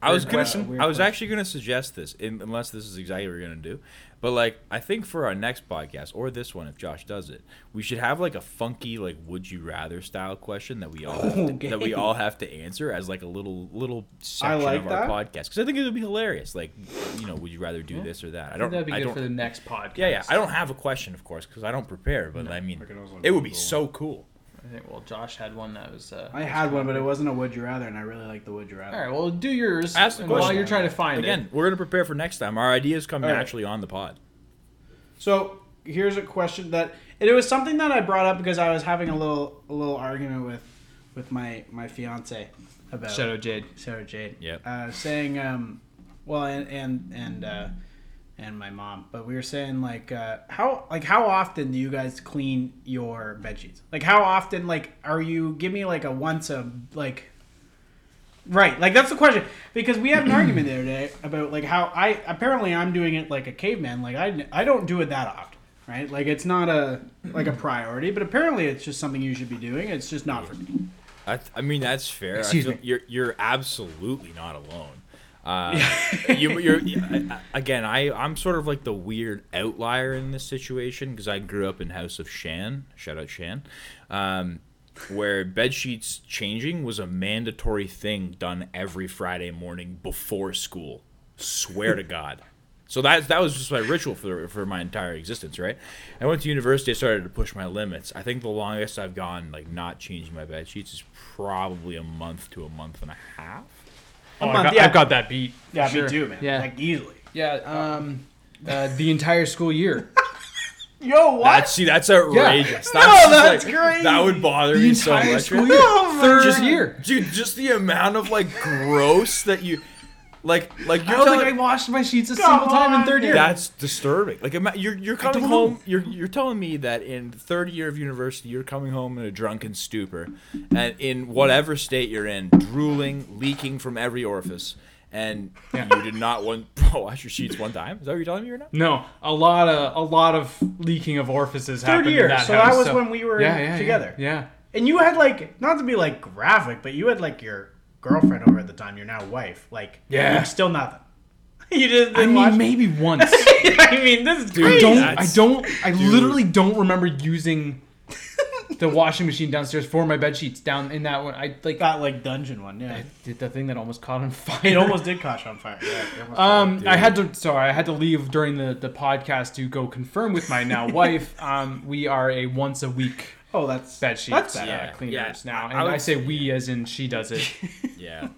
Speaker 2: I was
Speaker 3: Weird
Speaker 2: gonna,
Speaker 3: question, weird
Speaker 2: I was
Speaker 3: question.
Speaker 2: actually gonna suggest this, in, unless this is exactly what you're gonna do. But like, I think for our next podcast or this one, if Josh does it, we should have like a funky, like, would you rather style question that we all have to,
Speaker 3: Okay.
Speaker 2: that we all have to answer as like a little little section
Speaker 3: like
Speaker 2: of our
Speaker 3: that.
Speaker 2: podcast because I think it would be hilarious. Like, you know, would you rather do this or that? I don't.
Speaker 1: That'd be
Speaker 2: I
Speaker 1: good
Speaker 2: don't
Speaker 1: for the next podcast.
Speaker 2: Yeah, yeah. I don't have a question, of course, because I don't prepare. But I mean,
Speaker 3: I can also
Speaker 2: it would be
Speaker 3: Google.
Speaker 2: so cool.
Speaker 1: I think well, Josh had one that was. Uh,
Speaker 3: I had one, but it wasn't a would you rather, and I really like the would you rather.
Speaker 1: all right, well, do yours.
Speaker 2: Ask the
Speaker 1: and while
Speaker 2: question.
Speaker 1: you're trying to find
Speaker 2: Again, we're gonna prepare for next time. Our ideas come
Speaker 3: All right.
Speaker 2: naturally on the pod.
Speaker 3: So here's a question that and it was something that I brought up because I was having a little a little argument with with my my fiance
Speaker 1: it.
Speaker 3: about
Speaker 1: Shadow Jade.
Speaker 3: Sarah Jade.
Speaker 2: Yep.
Speaker 3: Uh, saying, um, well, and and and uh, and my mom, but we were saying like uh, how like how often do you guys clean your bed sheets? Like how often like are you? Give me like a once a like. Right, like that's the question because we had an argument the other day about like how I apparently I'm doing it like a caveman, like I I don't do it that often, right? Like it's not a like a priority, but apparently it's just something you should be doing. It's just not for me.
Speaker 2: I, th- I mean, that's fair. I
Speaker 3: Excuse
Speaker 2: feel-
Speaker 3: me.
Speaker 2: You're you're absolutely not alone. Uh, you, you're I- I- again. I I'm sort of like the weird outlier in this situation because I grew up in House of Shan. Shout out Shan. Um, where bed sheets changing was a mandatory thing done every Friday morning before school. Swear to God. So that that was just my ritual for for my entire existence, right? I went to university. I started to push my limits. I think the longest I've gone like not changing my bed sheets is probably a month to a month and a half.
Speaker 1: Oh,
Speaker 3: month,
Speaker 1: I got,
Speaker 3: yeah.
Speaker 1: I've got that beat. for
Speaker 3: Yeah,
Speaker 1: sure.
Speaker 3: me too, man.
Speaker 1: Yeah,
Speaker 3: like easily.
Speaker 1: yeah. Um, uh, the entire school year.
Speaker 3: Yo, what?
Speaker 2: That's see, that's outrageous.
Speaker 3: No,
Speaker 2: That's,
Speaker 3: that's
Speaker 2: like,
Speaker 3: crazy.
Speaker 2: That would bother
Speaker 1: The
Speaker 2: me so
Speaker 1: entire
Speaker 2: much.
Speaker 1: school
Speaker 2: man.
Speaker 1: year.
Speaker 3: Oh my
Speaker 1: Third
Speaker 2: Just
Speaker 1: year.
Speaker 2: dude. Just the amount of like gross that you, like, like
Speaker 1: I
Speaker 2: you're
Speaker 1: don't think I
Speaker 2: telling.
Speaker 1: washed my sheets a single time in
Speaker 3: on,
Speaker 1: third year.
Speaker 3: man.
Speaker 2: That's disturbing. Like, ima- you're you're coming
Speaker 1: don't
Speaker 2: home.
Speaker 1: know.
Speaker 2: You're you're telling me that in third year of university, you're coming home in a drunken stupor, and in whatever state you're in, drooling, leaking from every orifice, and you did not want wash your sheets one time. Is that what you're telling me right now?
Speaker 1: No, a lot of a lot of leaking of orifices happened in
Speaker 3: year,
Speaker 1: that
Speaker 3: so
Speaker 1: house,
Speaker 3: that was when we were
Speaker 1: yeah, yeah, yeah,
Speaker 3: together.
Speaker 1: Yeah,
Speaker 3: And you had like not to be like graphic, but you had like your girlfriend over at the time, your now wife. Like
Speaker 1: Yeah.
Speaker 3: you- still nothing. you just
Speaker 1: I mean
Speaker 3: didn't watch.
Speaker 1: maybe once.
Speaker 3: I mean, this is
Speaker 1: I
Speaker 3: crazy.
Speaker 1: don't. I
Speaker 2: that's-
Speaker 1: don't. I literally don't remember using the washing machine downstairs for my bed sheets down in that one. I like
Speaker 3: that like dungeon one. Yeah,
Speaker 1: I did the thing that almost caught on fire.
Speaker 3: it almost did catch on fire. Yeah, it almost
Speaker 1: Um,
Speaker 2: Oh,
Speaker 1: I
Speaker 2: Dude.
Speaker 1: had to. Sorry, I had to leave during the the podcast to go confirm with my now wife. Um, we are a once a week
Speaker 3: Oh, that's
Speaker 1: bed sheet
Speaker 3: That's
Speaker 1: uh,
Speaker 3: better.
Speaker 2: Yeah,
Speaker 1: cleaners
Speaker 2: yeah.
Speaker 1: now,
Speaker 2: I-
Speaker 1: and
Speaker 2: I
Speaker 1: I,
Speaker 2: would-
Speaker 1: say we as in she does it
Speaker 2: Yeah,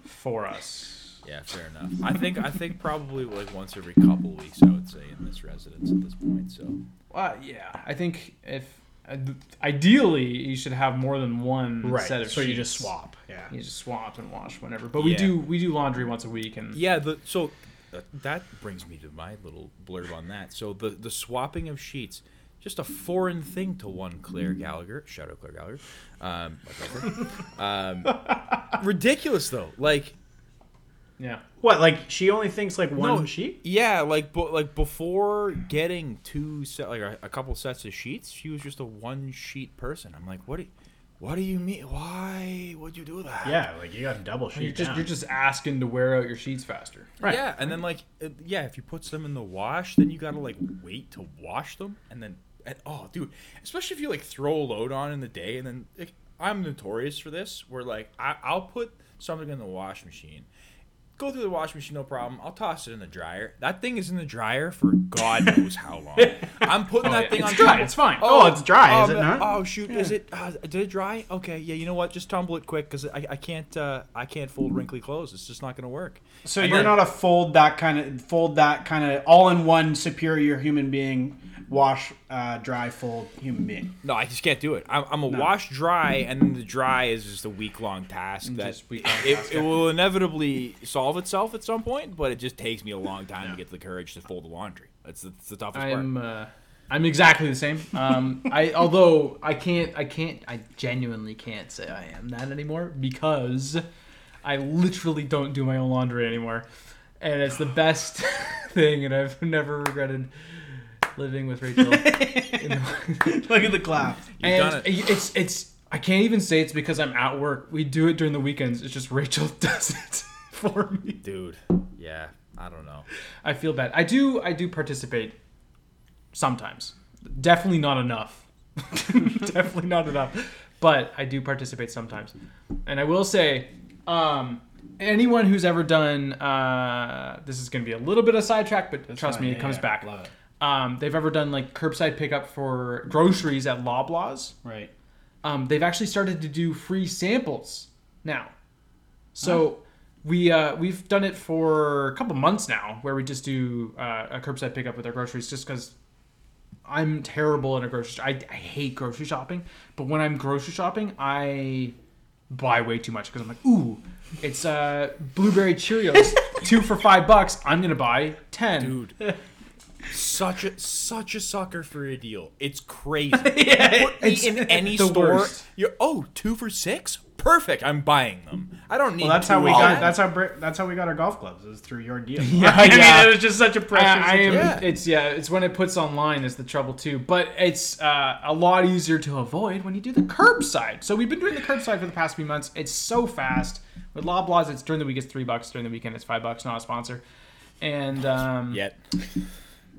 Speaker 1: for us.
Speaker 2: yeah, fair enough. I think I think probably like once every couple weeks, I would say, in this residence at this point. So
Speaker 1: Well, Uh, yeah, I think if uh, ideally you should have more than one set of
Speaker 3: so you
Speaker 1: sheets.
Speaker 3: just swap. Yeah.
Speaker 1: You just swap and wash whenever. But we
Speaker 2: Yeah.
Speaker 1: do we do laundry once a week and
Speaker 2: yeah, the so uh, that brings me to my little blurb on that. So the the swapping of sheets. Just a foreign thing to one Claire Gallagher. Shout out Claire Gallagher. Um, my girlfriend. um, ridiculous though. Like
Speaker 1: yeah.
Speaker 3: What? Like she only thinks like one sheet?
Speaker 2: Yeah, like but like before getting two set like a, a couple sets of sheets, she was just a one sheet person. I'm like, what? Do you, what do you mean? Why would you do that?
Speaker 3: Yeah, like you got double sheet.
Speaker 1: You're just
Speaker 3: down.
Speaker 1: you're just asking to wear out your sheets faster.
Speaker 3: right.
Speaker 2: Yeah, and then like uh, yeah, if you put them in the wash, then you gotta like wait to wash them, and then and, oh, dude, especially if you like throw a load on in the day, and then like, I'm notorious for this, where like I, I'll put something in the wash machine. Go through the wash machine, no problem. I'll toss it in the dryer. That thing is in the dryer for God knows how long. I'm putting that
Speaker 1: yeah.
Speaker 2: thing
Speaker 1: It's
Speaker 2: on
Speaker 1: dry,
Speaker 2: top of-
Speaker 1: it's fine.
Speaker 3: Oh, it's dry, is it
Speaker 2: man-
Speaker 3: not?
Speaker 2: Oh shoot, is it? Uh, did it dry? Okay, yeah. You know what? Just tumble it quick because I, I can't uh, I can't fold wrinkly clothes. It's just not gonna work.
Speaker 3: So
Speaker 2: And
Speaker 3: you're
Speaker 2: then-
Speaker 3: not a fold that kind of fold that kind of all in one superior human being, wash, uh, dry, fold human being.
Speaker 2: No, I just can't do it. I'm, I'm a wash dry, and then the dry is just a week long task that
Speaker 1: Just week-long
Speaker 2: it,
Speaker 1: task,
Speaker 2: it will inevitably solve itself at some point, but it just takes me a long time to get the courage to fold the laundry. That's the, that's the toughest
Speaker 1: I'm
Speaker 2: part.
Speaker 1: uh, I'm exactly the same. Um, I although I can't I can't I genuinely can't say I am that anymore because I literally don't do my own laundry anymore, and it's the best thing, and I've never regretted living with Rachel.
Speaker 3: Look at the clap.
Speaker 2: You've
Speaker 1: and
Speaker 2: done it.
Speaker 1: it's it's I can't even say it's because I'm at work. We do it during the weekends. It's just Rachel does it for me.
Speaker 2: Dude, yeah, I don't know.
Speaker 1: I feel bad. I do I do participate sometimes. Definitely not enough. Definitely not enough. But I do participate sometimes. And I will say, um, anyone who's ever done uh, this is going to be a little bit of sidetrack, but trust
Speaker 3: fine.
Speaker 1: me, it
Speaker 3: Yeah,
Speaker 1: comes
Speaker 3: yeah.
Speaker 1: back.
Speaker 3: Love it.
Speaker 1: Um, they've ever done like curbside pickup for groceries at Loblaws.
Speaker 3: Right.
Speaker 1: Um, they've actually started to do free samples now. So we uh, we've done it for a couple months now, where we just do uh, a curbside pickup with our groceries, just because I'm terrible in a grocery store. I, I hate grocery shopping, but when I'm grocery shopping, I buy way too much because I'm like, ooh, it's uh, blueberry Cheerios, two for five bucks. I'm gonna buy ten.
Speaker 2: Dude. Such a such a sucker for a deal. It's crazy. Put me
Speaker 1: it's
Speaker 2: in any
Speaker 1: the
Speaker 2: store.
Speaker 1: worst.
Speaker 2: You're oh two for six. Perfect. I'm buying them. I don't need.
Speaker 3: Well, that's how
Speaker 2: two
Speaker 3: we
Speaker 2: of
Speaker 3: got.
Speaker 2: them.
Speaker 3: That's how Brit, that's how we got our golf clubs. Is through your deal.
Speaker 1: Yeah,
Speaker 3: I
Speaker 1: yeah.
Speaker 3: mean, it was just such a pressure.
Speaker 1: I, I am.
Speaker 3: situation.
Speaker 2: Yeah.
Speaker 1: It's yeah. It's when it puts online is the trouble too. But it's uh, a lot easier to avoid when you do the curbside. So we've been doing the curbside for the past few months. It's so fast. With Loblaws, it's during the week it's three bucks. During the weekend it's five bucks. Not a sponsor. And um,
Speaker 2: yet.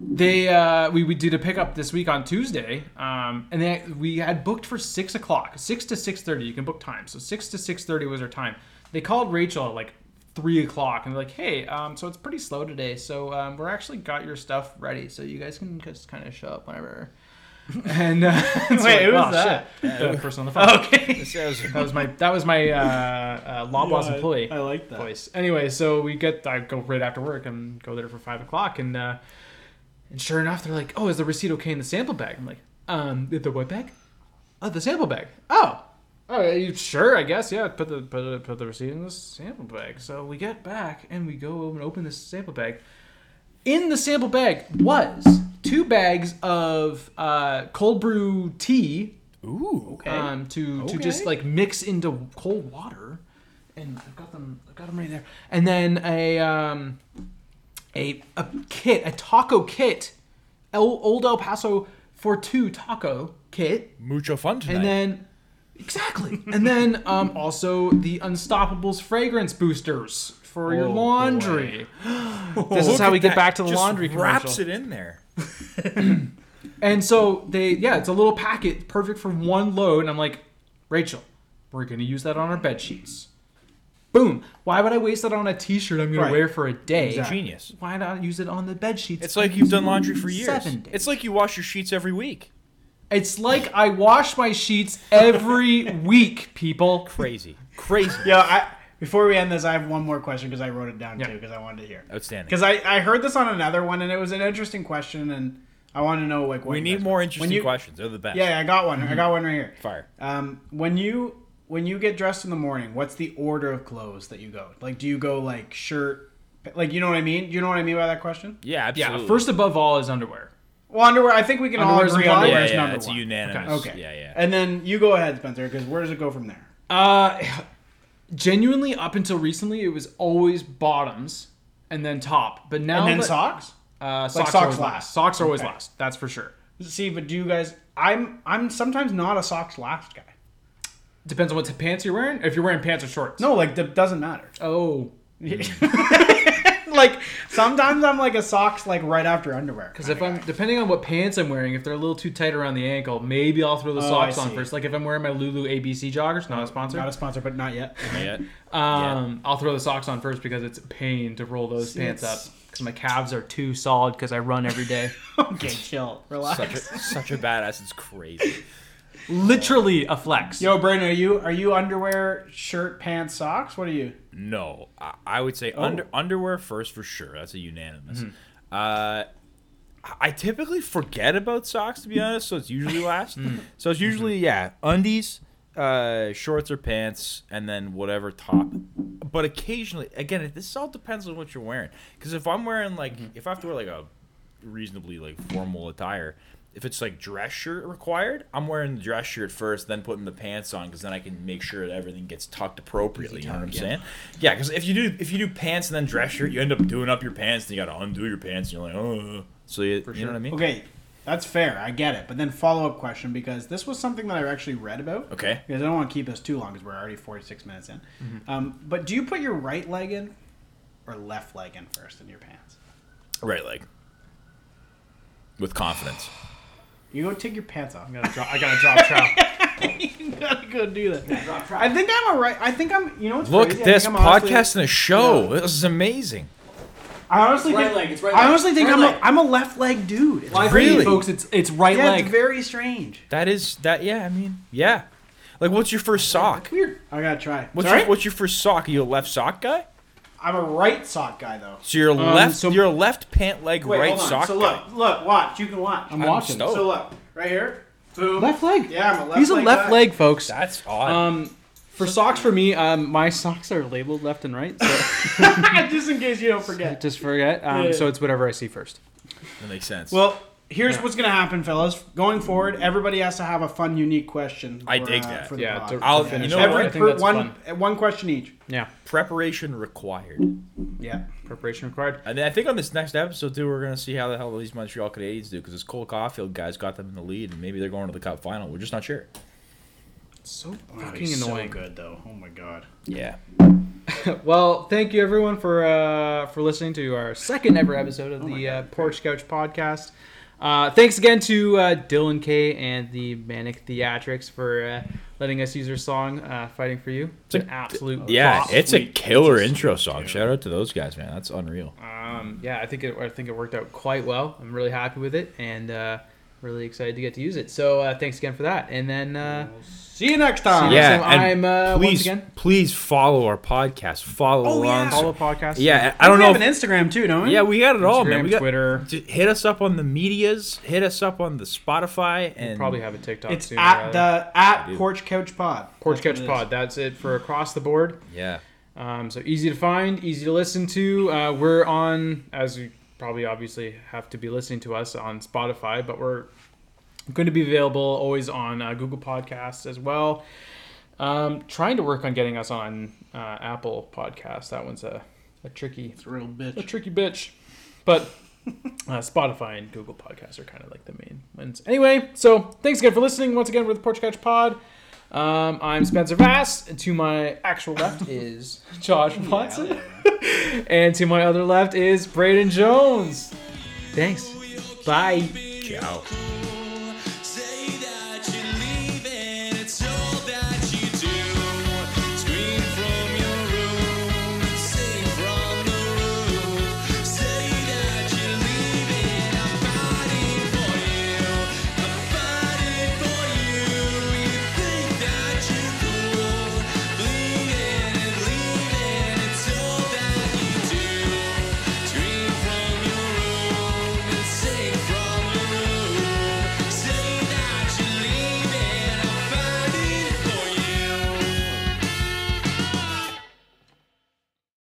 Speaker 1: they uh, we we did a pickup this week on Tuesday, um, and they, we had booked for six o'clock, six to six thirty. You can book time, so six to six thirty was our time. They called Rachel at like three o'clock, and they're like, "Hey, um, so it's pretty slow today, so um, we're actually got your stuff ready, so you guys can just kind of show up whenever." And uh, so we're
Speaker 3: who was
Speaker 1: "Oh,
Speaker 3: that?"
Speaker 1: shit." The person on the phone.
Speaker 3: Okay.
Speaker 1: That was my that was my uh, uh, Loblaws
Speaker 3: Yeah, I-
Speaker 1: employee
Speaker 3: I like that.
Speaker 1: voice. Anyway, so we get I go right after work and go there for five o'clock, and uh, and sure enough, they're like, "Oh, is the receipt okay in the sample bag?" I'm like, "Um, the- the what bag? Oh, the sample bag. Oh, oh, yeah, you- sure, I guess. Yeah, put the put the, put the receipt in the sample bag." So we get back and we go and open this sample bag. In the sample bag was two bags of uh, cold brew tea
Speaker 2: Ooh.
Speaker 3: Okay.
Speaker 1: um, to to just
Speaker 3: Okay.
Speaker 1: like mix into cold water, and I've got them I've got them right there, and then a um, a a kit a taco kit, El, old El Paso for two taco kit,
Speaker 2: Mucho fun tonight.
Speaker 1: and then exactly, and then um, also the Unstoppables fragrance boosters for your
Speaker 3: Oh,
Speaker 1: laundry. this is how we get back to the laundry
Speaker 2: Wraps it
Speaker 1: commercial.
Speaker 2: in there.
Speaker 1: And so they, yeah, it's a little packet, perfect for one load. And I'm like, Rachel, we're gonna use that on our bed sheets. Boom. Why would I waste that on a T-shirt I'm gonna
Speaker 3: Right.
Speaker 1: wear for a day?
Speaker 3: Exactly.
Speaker 2: Genius.
Speaker 1: Why not use it on the bed sheets?
Speaker 2: It's like you've done laundry for years.
Speaker 1: Seven days.
Speaker 2: It's like you wash your sheets every week.
Speaker 1: It's like I wash my sheets every week, people.
Speaker 2: Crazy. Crazy.
Speaker 3: Yeah, I before we end this, I have one more question because I wrote it down
Speaker 1: Yeah.
Speaker 3: too because I wanted to hear.
Speaker 2: Outstanding.
Speaker 3: Because I, I heard this on another one and it was an interesting question and I want to know like what
Speaker 2: We
Speaker 3: you
Speaker 2: need
Speaker 3: guys-
Speaker 2: more
Speaker 3: when
Speaker 2: interesting
Speaker 3: you-
Speaker 2: questions. They're the best.
Speaker 3: Yeah, I got one. I got one right here.
Speaker 2: Fire.
Speaker 3: Um, when you when you get dressed in the morning, what's the order of clothes that you go? Like, do you go like shirt? Like, you know what I mean? You know what I mean by that question?
Speaker 2: Yeah, absolutely.
Speaker 1: Yeah. First above all is underwear.
Speaker 3: Well, underwear. I think we can
Speaker 1: Underwear's
Speaker 3: all agree
Speaker 2: yeah,
Speaker 1: implied?
Speaker 3: underwear
Speaker 2: yeah,
Speaker 3: is number
Speaker 2: it's
Speaker 3: one.
Speaker 2: unanimous.
Speaker 3: okay.
Speaker 2: Okay. Yeah, yeah.
Speaker 3: And then you go ahead, Spencer, because where does it go from there?
Speaker 1: Uh, genuinely, up until recently, it was always bottoms and then top. But now,
Speaker 3: And then
Speaker 1: that-
Speaker 3: socks.
Speaker 1: Uh, socks,
Speaker 3: socks
Speaker 1: are always
Speaker 3: last.
Speaker 1: last. Socks are always
Speaker 3: Okay.
Speaker 1: last. That's for sure.
Speaker 3: See, but do you guys? I'm I'm sometimes not a socks last guy.
Speaker 1: Depends on what t- pants you're wearing. If you're wearing pants or shorts.
Speaker 3: No, like that doesn't matter.
Speaker 1: Oh,
Speaker 2: Mm.
Speaker 3: like sometimes I'm like a socks like right after underwear.
Speaker 1: because if I'm depending on what pants I'm wearing, if they're a little too tight around the ankle, maybe I'll throw the socks
Speaker 3: Oh, I
Speaker 1: on
Speaker 3: see.
Speaker 1: first. Like if I'm wearing my Lulu ABC joggers, not a sponsor.
Speaker 3: not a sponsor, but not yet.
Speaker 2: Yeah.
Speaker 1: Um, I'll throw the socks on first because it's a pain to roll those pants up
Speaker 3: it's-
Speaker 1: because my calves are too solid because I run every day.
Speaker 3: okay, chill, relax.
Speaker 2: Such a, such a badass. It's crazy.
Speaker 1: Literally a flex.
Speaker 3: Yo, Brandon, are you are you underwear, shirt, pants, socks? What are you?
Speaker 2: No, I, I would say under underwear first for sure. That's a unanimous. Uh, I- I typically forget about socks to be honest, so it's usually last. So it's usually yeah, undies, uh, shorts or pants, and then whatever top. But occasionally, again, it- this all depends on what you're wearing. Because if I'm wearing like,
Speaker 3: Mm-hmm.
Speaker 2: if I have to wear like a reasonably like formal attire. If it's like dress shirt required, I'm wearing the dress shirt first, then putting the pants on because then I can make sure that everything gets tucked appropriately. You know what I'm saying? Yeah, because if you do if you do pants and then dress shirt, you end up doing up your pants and you got to undo your pants and you're like, oh, so you, you know what I mean?
Speaker 3: Okay, that's fair. I get it. But then follow up question because this was something that I actually read about.
Speaker 2: Okay. Mm-hmm.
Speaker 3: Because I don't want to keep this too long because we're already forty six minutes in. Um, but do you put your right leg in or left leg in first in your pants?
Speaker 2: Right leg. With confidence.
Speaker 3: You go take your pants off.
Speaker 1: I gotta drop, I gotta drop trout.
Speaker 3: you gotta go do that. I think I'm a right. I think I'm. You know what's
Speaker 2: Look
Speaker 3: crazy?
Speaker 2: at this
Speaker 3: I think I'm honestly-
Speaker 2: podcast and a show. This is amazing.
Speaker 3: I honestly
Speaker 1: right
Speaker 3: think.
Speaker 1: leg, it's right
Speaker 3: I
Speaker 1: leg,
Speaker 3: honestly think
Speaker 1: right
Speaker 3: I'm
Speaker 1: leg.
Speaker 3: a, I'm a left leg dude. It's,
Speaker 1: Well, I
Speaker 3: yeah,
Speaker 1: agree,
Speaker 2: Really?
Speaker 1: folks, it's it's right
Speaker 3: it's
Speaker 1: leg.
Speaker 3: very strange.
Speaker 2: That is that. Yeah, I mean, yeah. Like, what's your first sock?
Speaker 3: Weird. I gotta try.
Speaker 2: What's
Speaker 3: Sorry?
Speaker 2: your, what's your first sock? Are you a left sock guy?
Speaker 3: I'm a right sock guy though.
Speaker 2: So you're left,
Speaker 3: Um, so-
Speaker 2: you're a left pant leg,
Speaker 3: Wait,
Speaker 2: right
Speaker 3: hold on.
Speaker 2: sock.
Speaker 3: So
Speaker 2: guy.
Speaker 3: look, look, watch. You can watch.
Speaker 1: I'm
Speaker 2: I'm
Speaker 1: watching.
Speaker 2: stoked.
Speaker 3: So look, right here. Boom.
Speaker 1: Left leg.
Speaker 3: Yeah, I'm a left
Speaker 1: He's a
Speaker 3: leg
Speaker 1: left
Speaker 3: guy.
Speaker 1: leg, folks.
Speaker 2: That's odd.
Speaker 1: Um, for socks for me, um, my socks are labeled left and right, so
Speaker 3: Just in case you don't forget.
Speaker 1: just forget. Um, So it's whatever I see first.
Speaker 2: that makes sense.
Speaker 3: Well, here's what's gonna happen, fellas. Going forward, everybody has to have a fun, unique question.
Speaker 2: I
Speaker 3: for,
Speaker 2: dig
Speaker 3: uh,
Speaker 2: that.
Speaker 3: for the
Speaker 1: Yeah,
Speaker 3: pod.
Speaker 1: to- to
Speaker 2: I'll-
Speaker 1: finish
Speaker 2: you know
Speaker 1: up.
Speaker 2: what?
Speaker 1: I
Speaker 3: Every
Speaker 1: think
Speaker 3: per,
Speaker 1: that's
Speaker 3: one
Speaker 1: fun.
Speaker 3: uh, one question each.
Speaker 1: Yeah,
Speaker 2: preparation required.
Speaker 3: Yeah.
Speaker 1: preparation required.
Speaker 2: And then I think on this next episode too, we're gonna see how the hell these Montreal Canadiens do because this Cole Caulfield guy's got them in the lead, and maybe they're going to the Cup final. We're just not sure.
Speaker 1: So
Speaker 3: Oh,
Speaker 1: fucking
Speaker 3: he's so
Speaker 1: annoying.
Speaker 3: good though. Oh my god.
Speaker 2: Yeah.
Speaker 1: Well, thank you everyone for uh, for listening to our second ever episode of the uh, Porch Couch Podcast. Uh, thanks again to uh, Dylan K and the Manic Theatrics for uh, letting us use their song "Fighting uh, Fighting for You." It's an absolute
Speaker 2: Yeah,
Speaker 3: Oh,
Speaker 1: bop.
Speaker 2: it's a killer intro song. Shout out to those guys, man. That's unreal.
Speaker 1: Um, yeah, I think it I think it worked out quite well. I'm really happy with it and uh, really excited to get to use it. So uh, thanks again for that. And then uh,
Speaker 3: See you next time.
Speaker 1: you
Speaker 2: Yeah,
Speaker 1: so
Speaker 2: and
Speaker 1: I'm, uh, once
Speaker 2: please,
Speaker 1: again-
Speaker 2: please follow our podcast. Follow
Speaker 3: Oh,
Speaker 2: along.
Speaker 3: yeah.
Speaker 1: follow podcast.
Speaker 2: Yeah, I don't
Speaker 3: we
Speaker 2: know. if-
Speaker 3: have an Instagram too, don't we?
Speaker 2: yeah, we got it all, man.
Speaker 1: Instagram,
Speaker 2: We got
Speaker 1: Twitter.
Speaker 2: J- Hit us up on the medias. Hit us up on the Spotify and
Speaker 1: Probably have a TikTok.
Speaker 3: It's
Speaker 1: soon, rather.
Speaker 3: at the
Speaker 2: do.
Speaker 3: at porch couch pod.
Speaker 1: Porch
Speaker 3: That's what
Speaker 1: Couch
Speaker 3: it is.
Speaker 1: Pod. That's it for across the board.
Speaker 2: yeah.
Speaker 1: Um, so easy to find, easy to listen to. Uh, we're on, as you probably obviously have to be listening to us on Spotify, but we're going to be available always on uh, Google Podcasts as well. Um, trying to work on getting us on uh, Apple Podcasts. That one's a, a tricky,
Speaker 3: It's a real bitch.
Speaker 1: a tricky bitch. But uh, Spotify and Google Podcasts are kind of like the main ones. Anyway, so thanks again for listening. Once again, we're the Porch Couch Pod. Um, I'm Spencer Vass, and to my actual left is Josh Watson, and to my other left is Braden Jones. Thanks. Bye.
Speaker 2: Cheers. Ciao.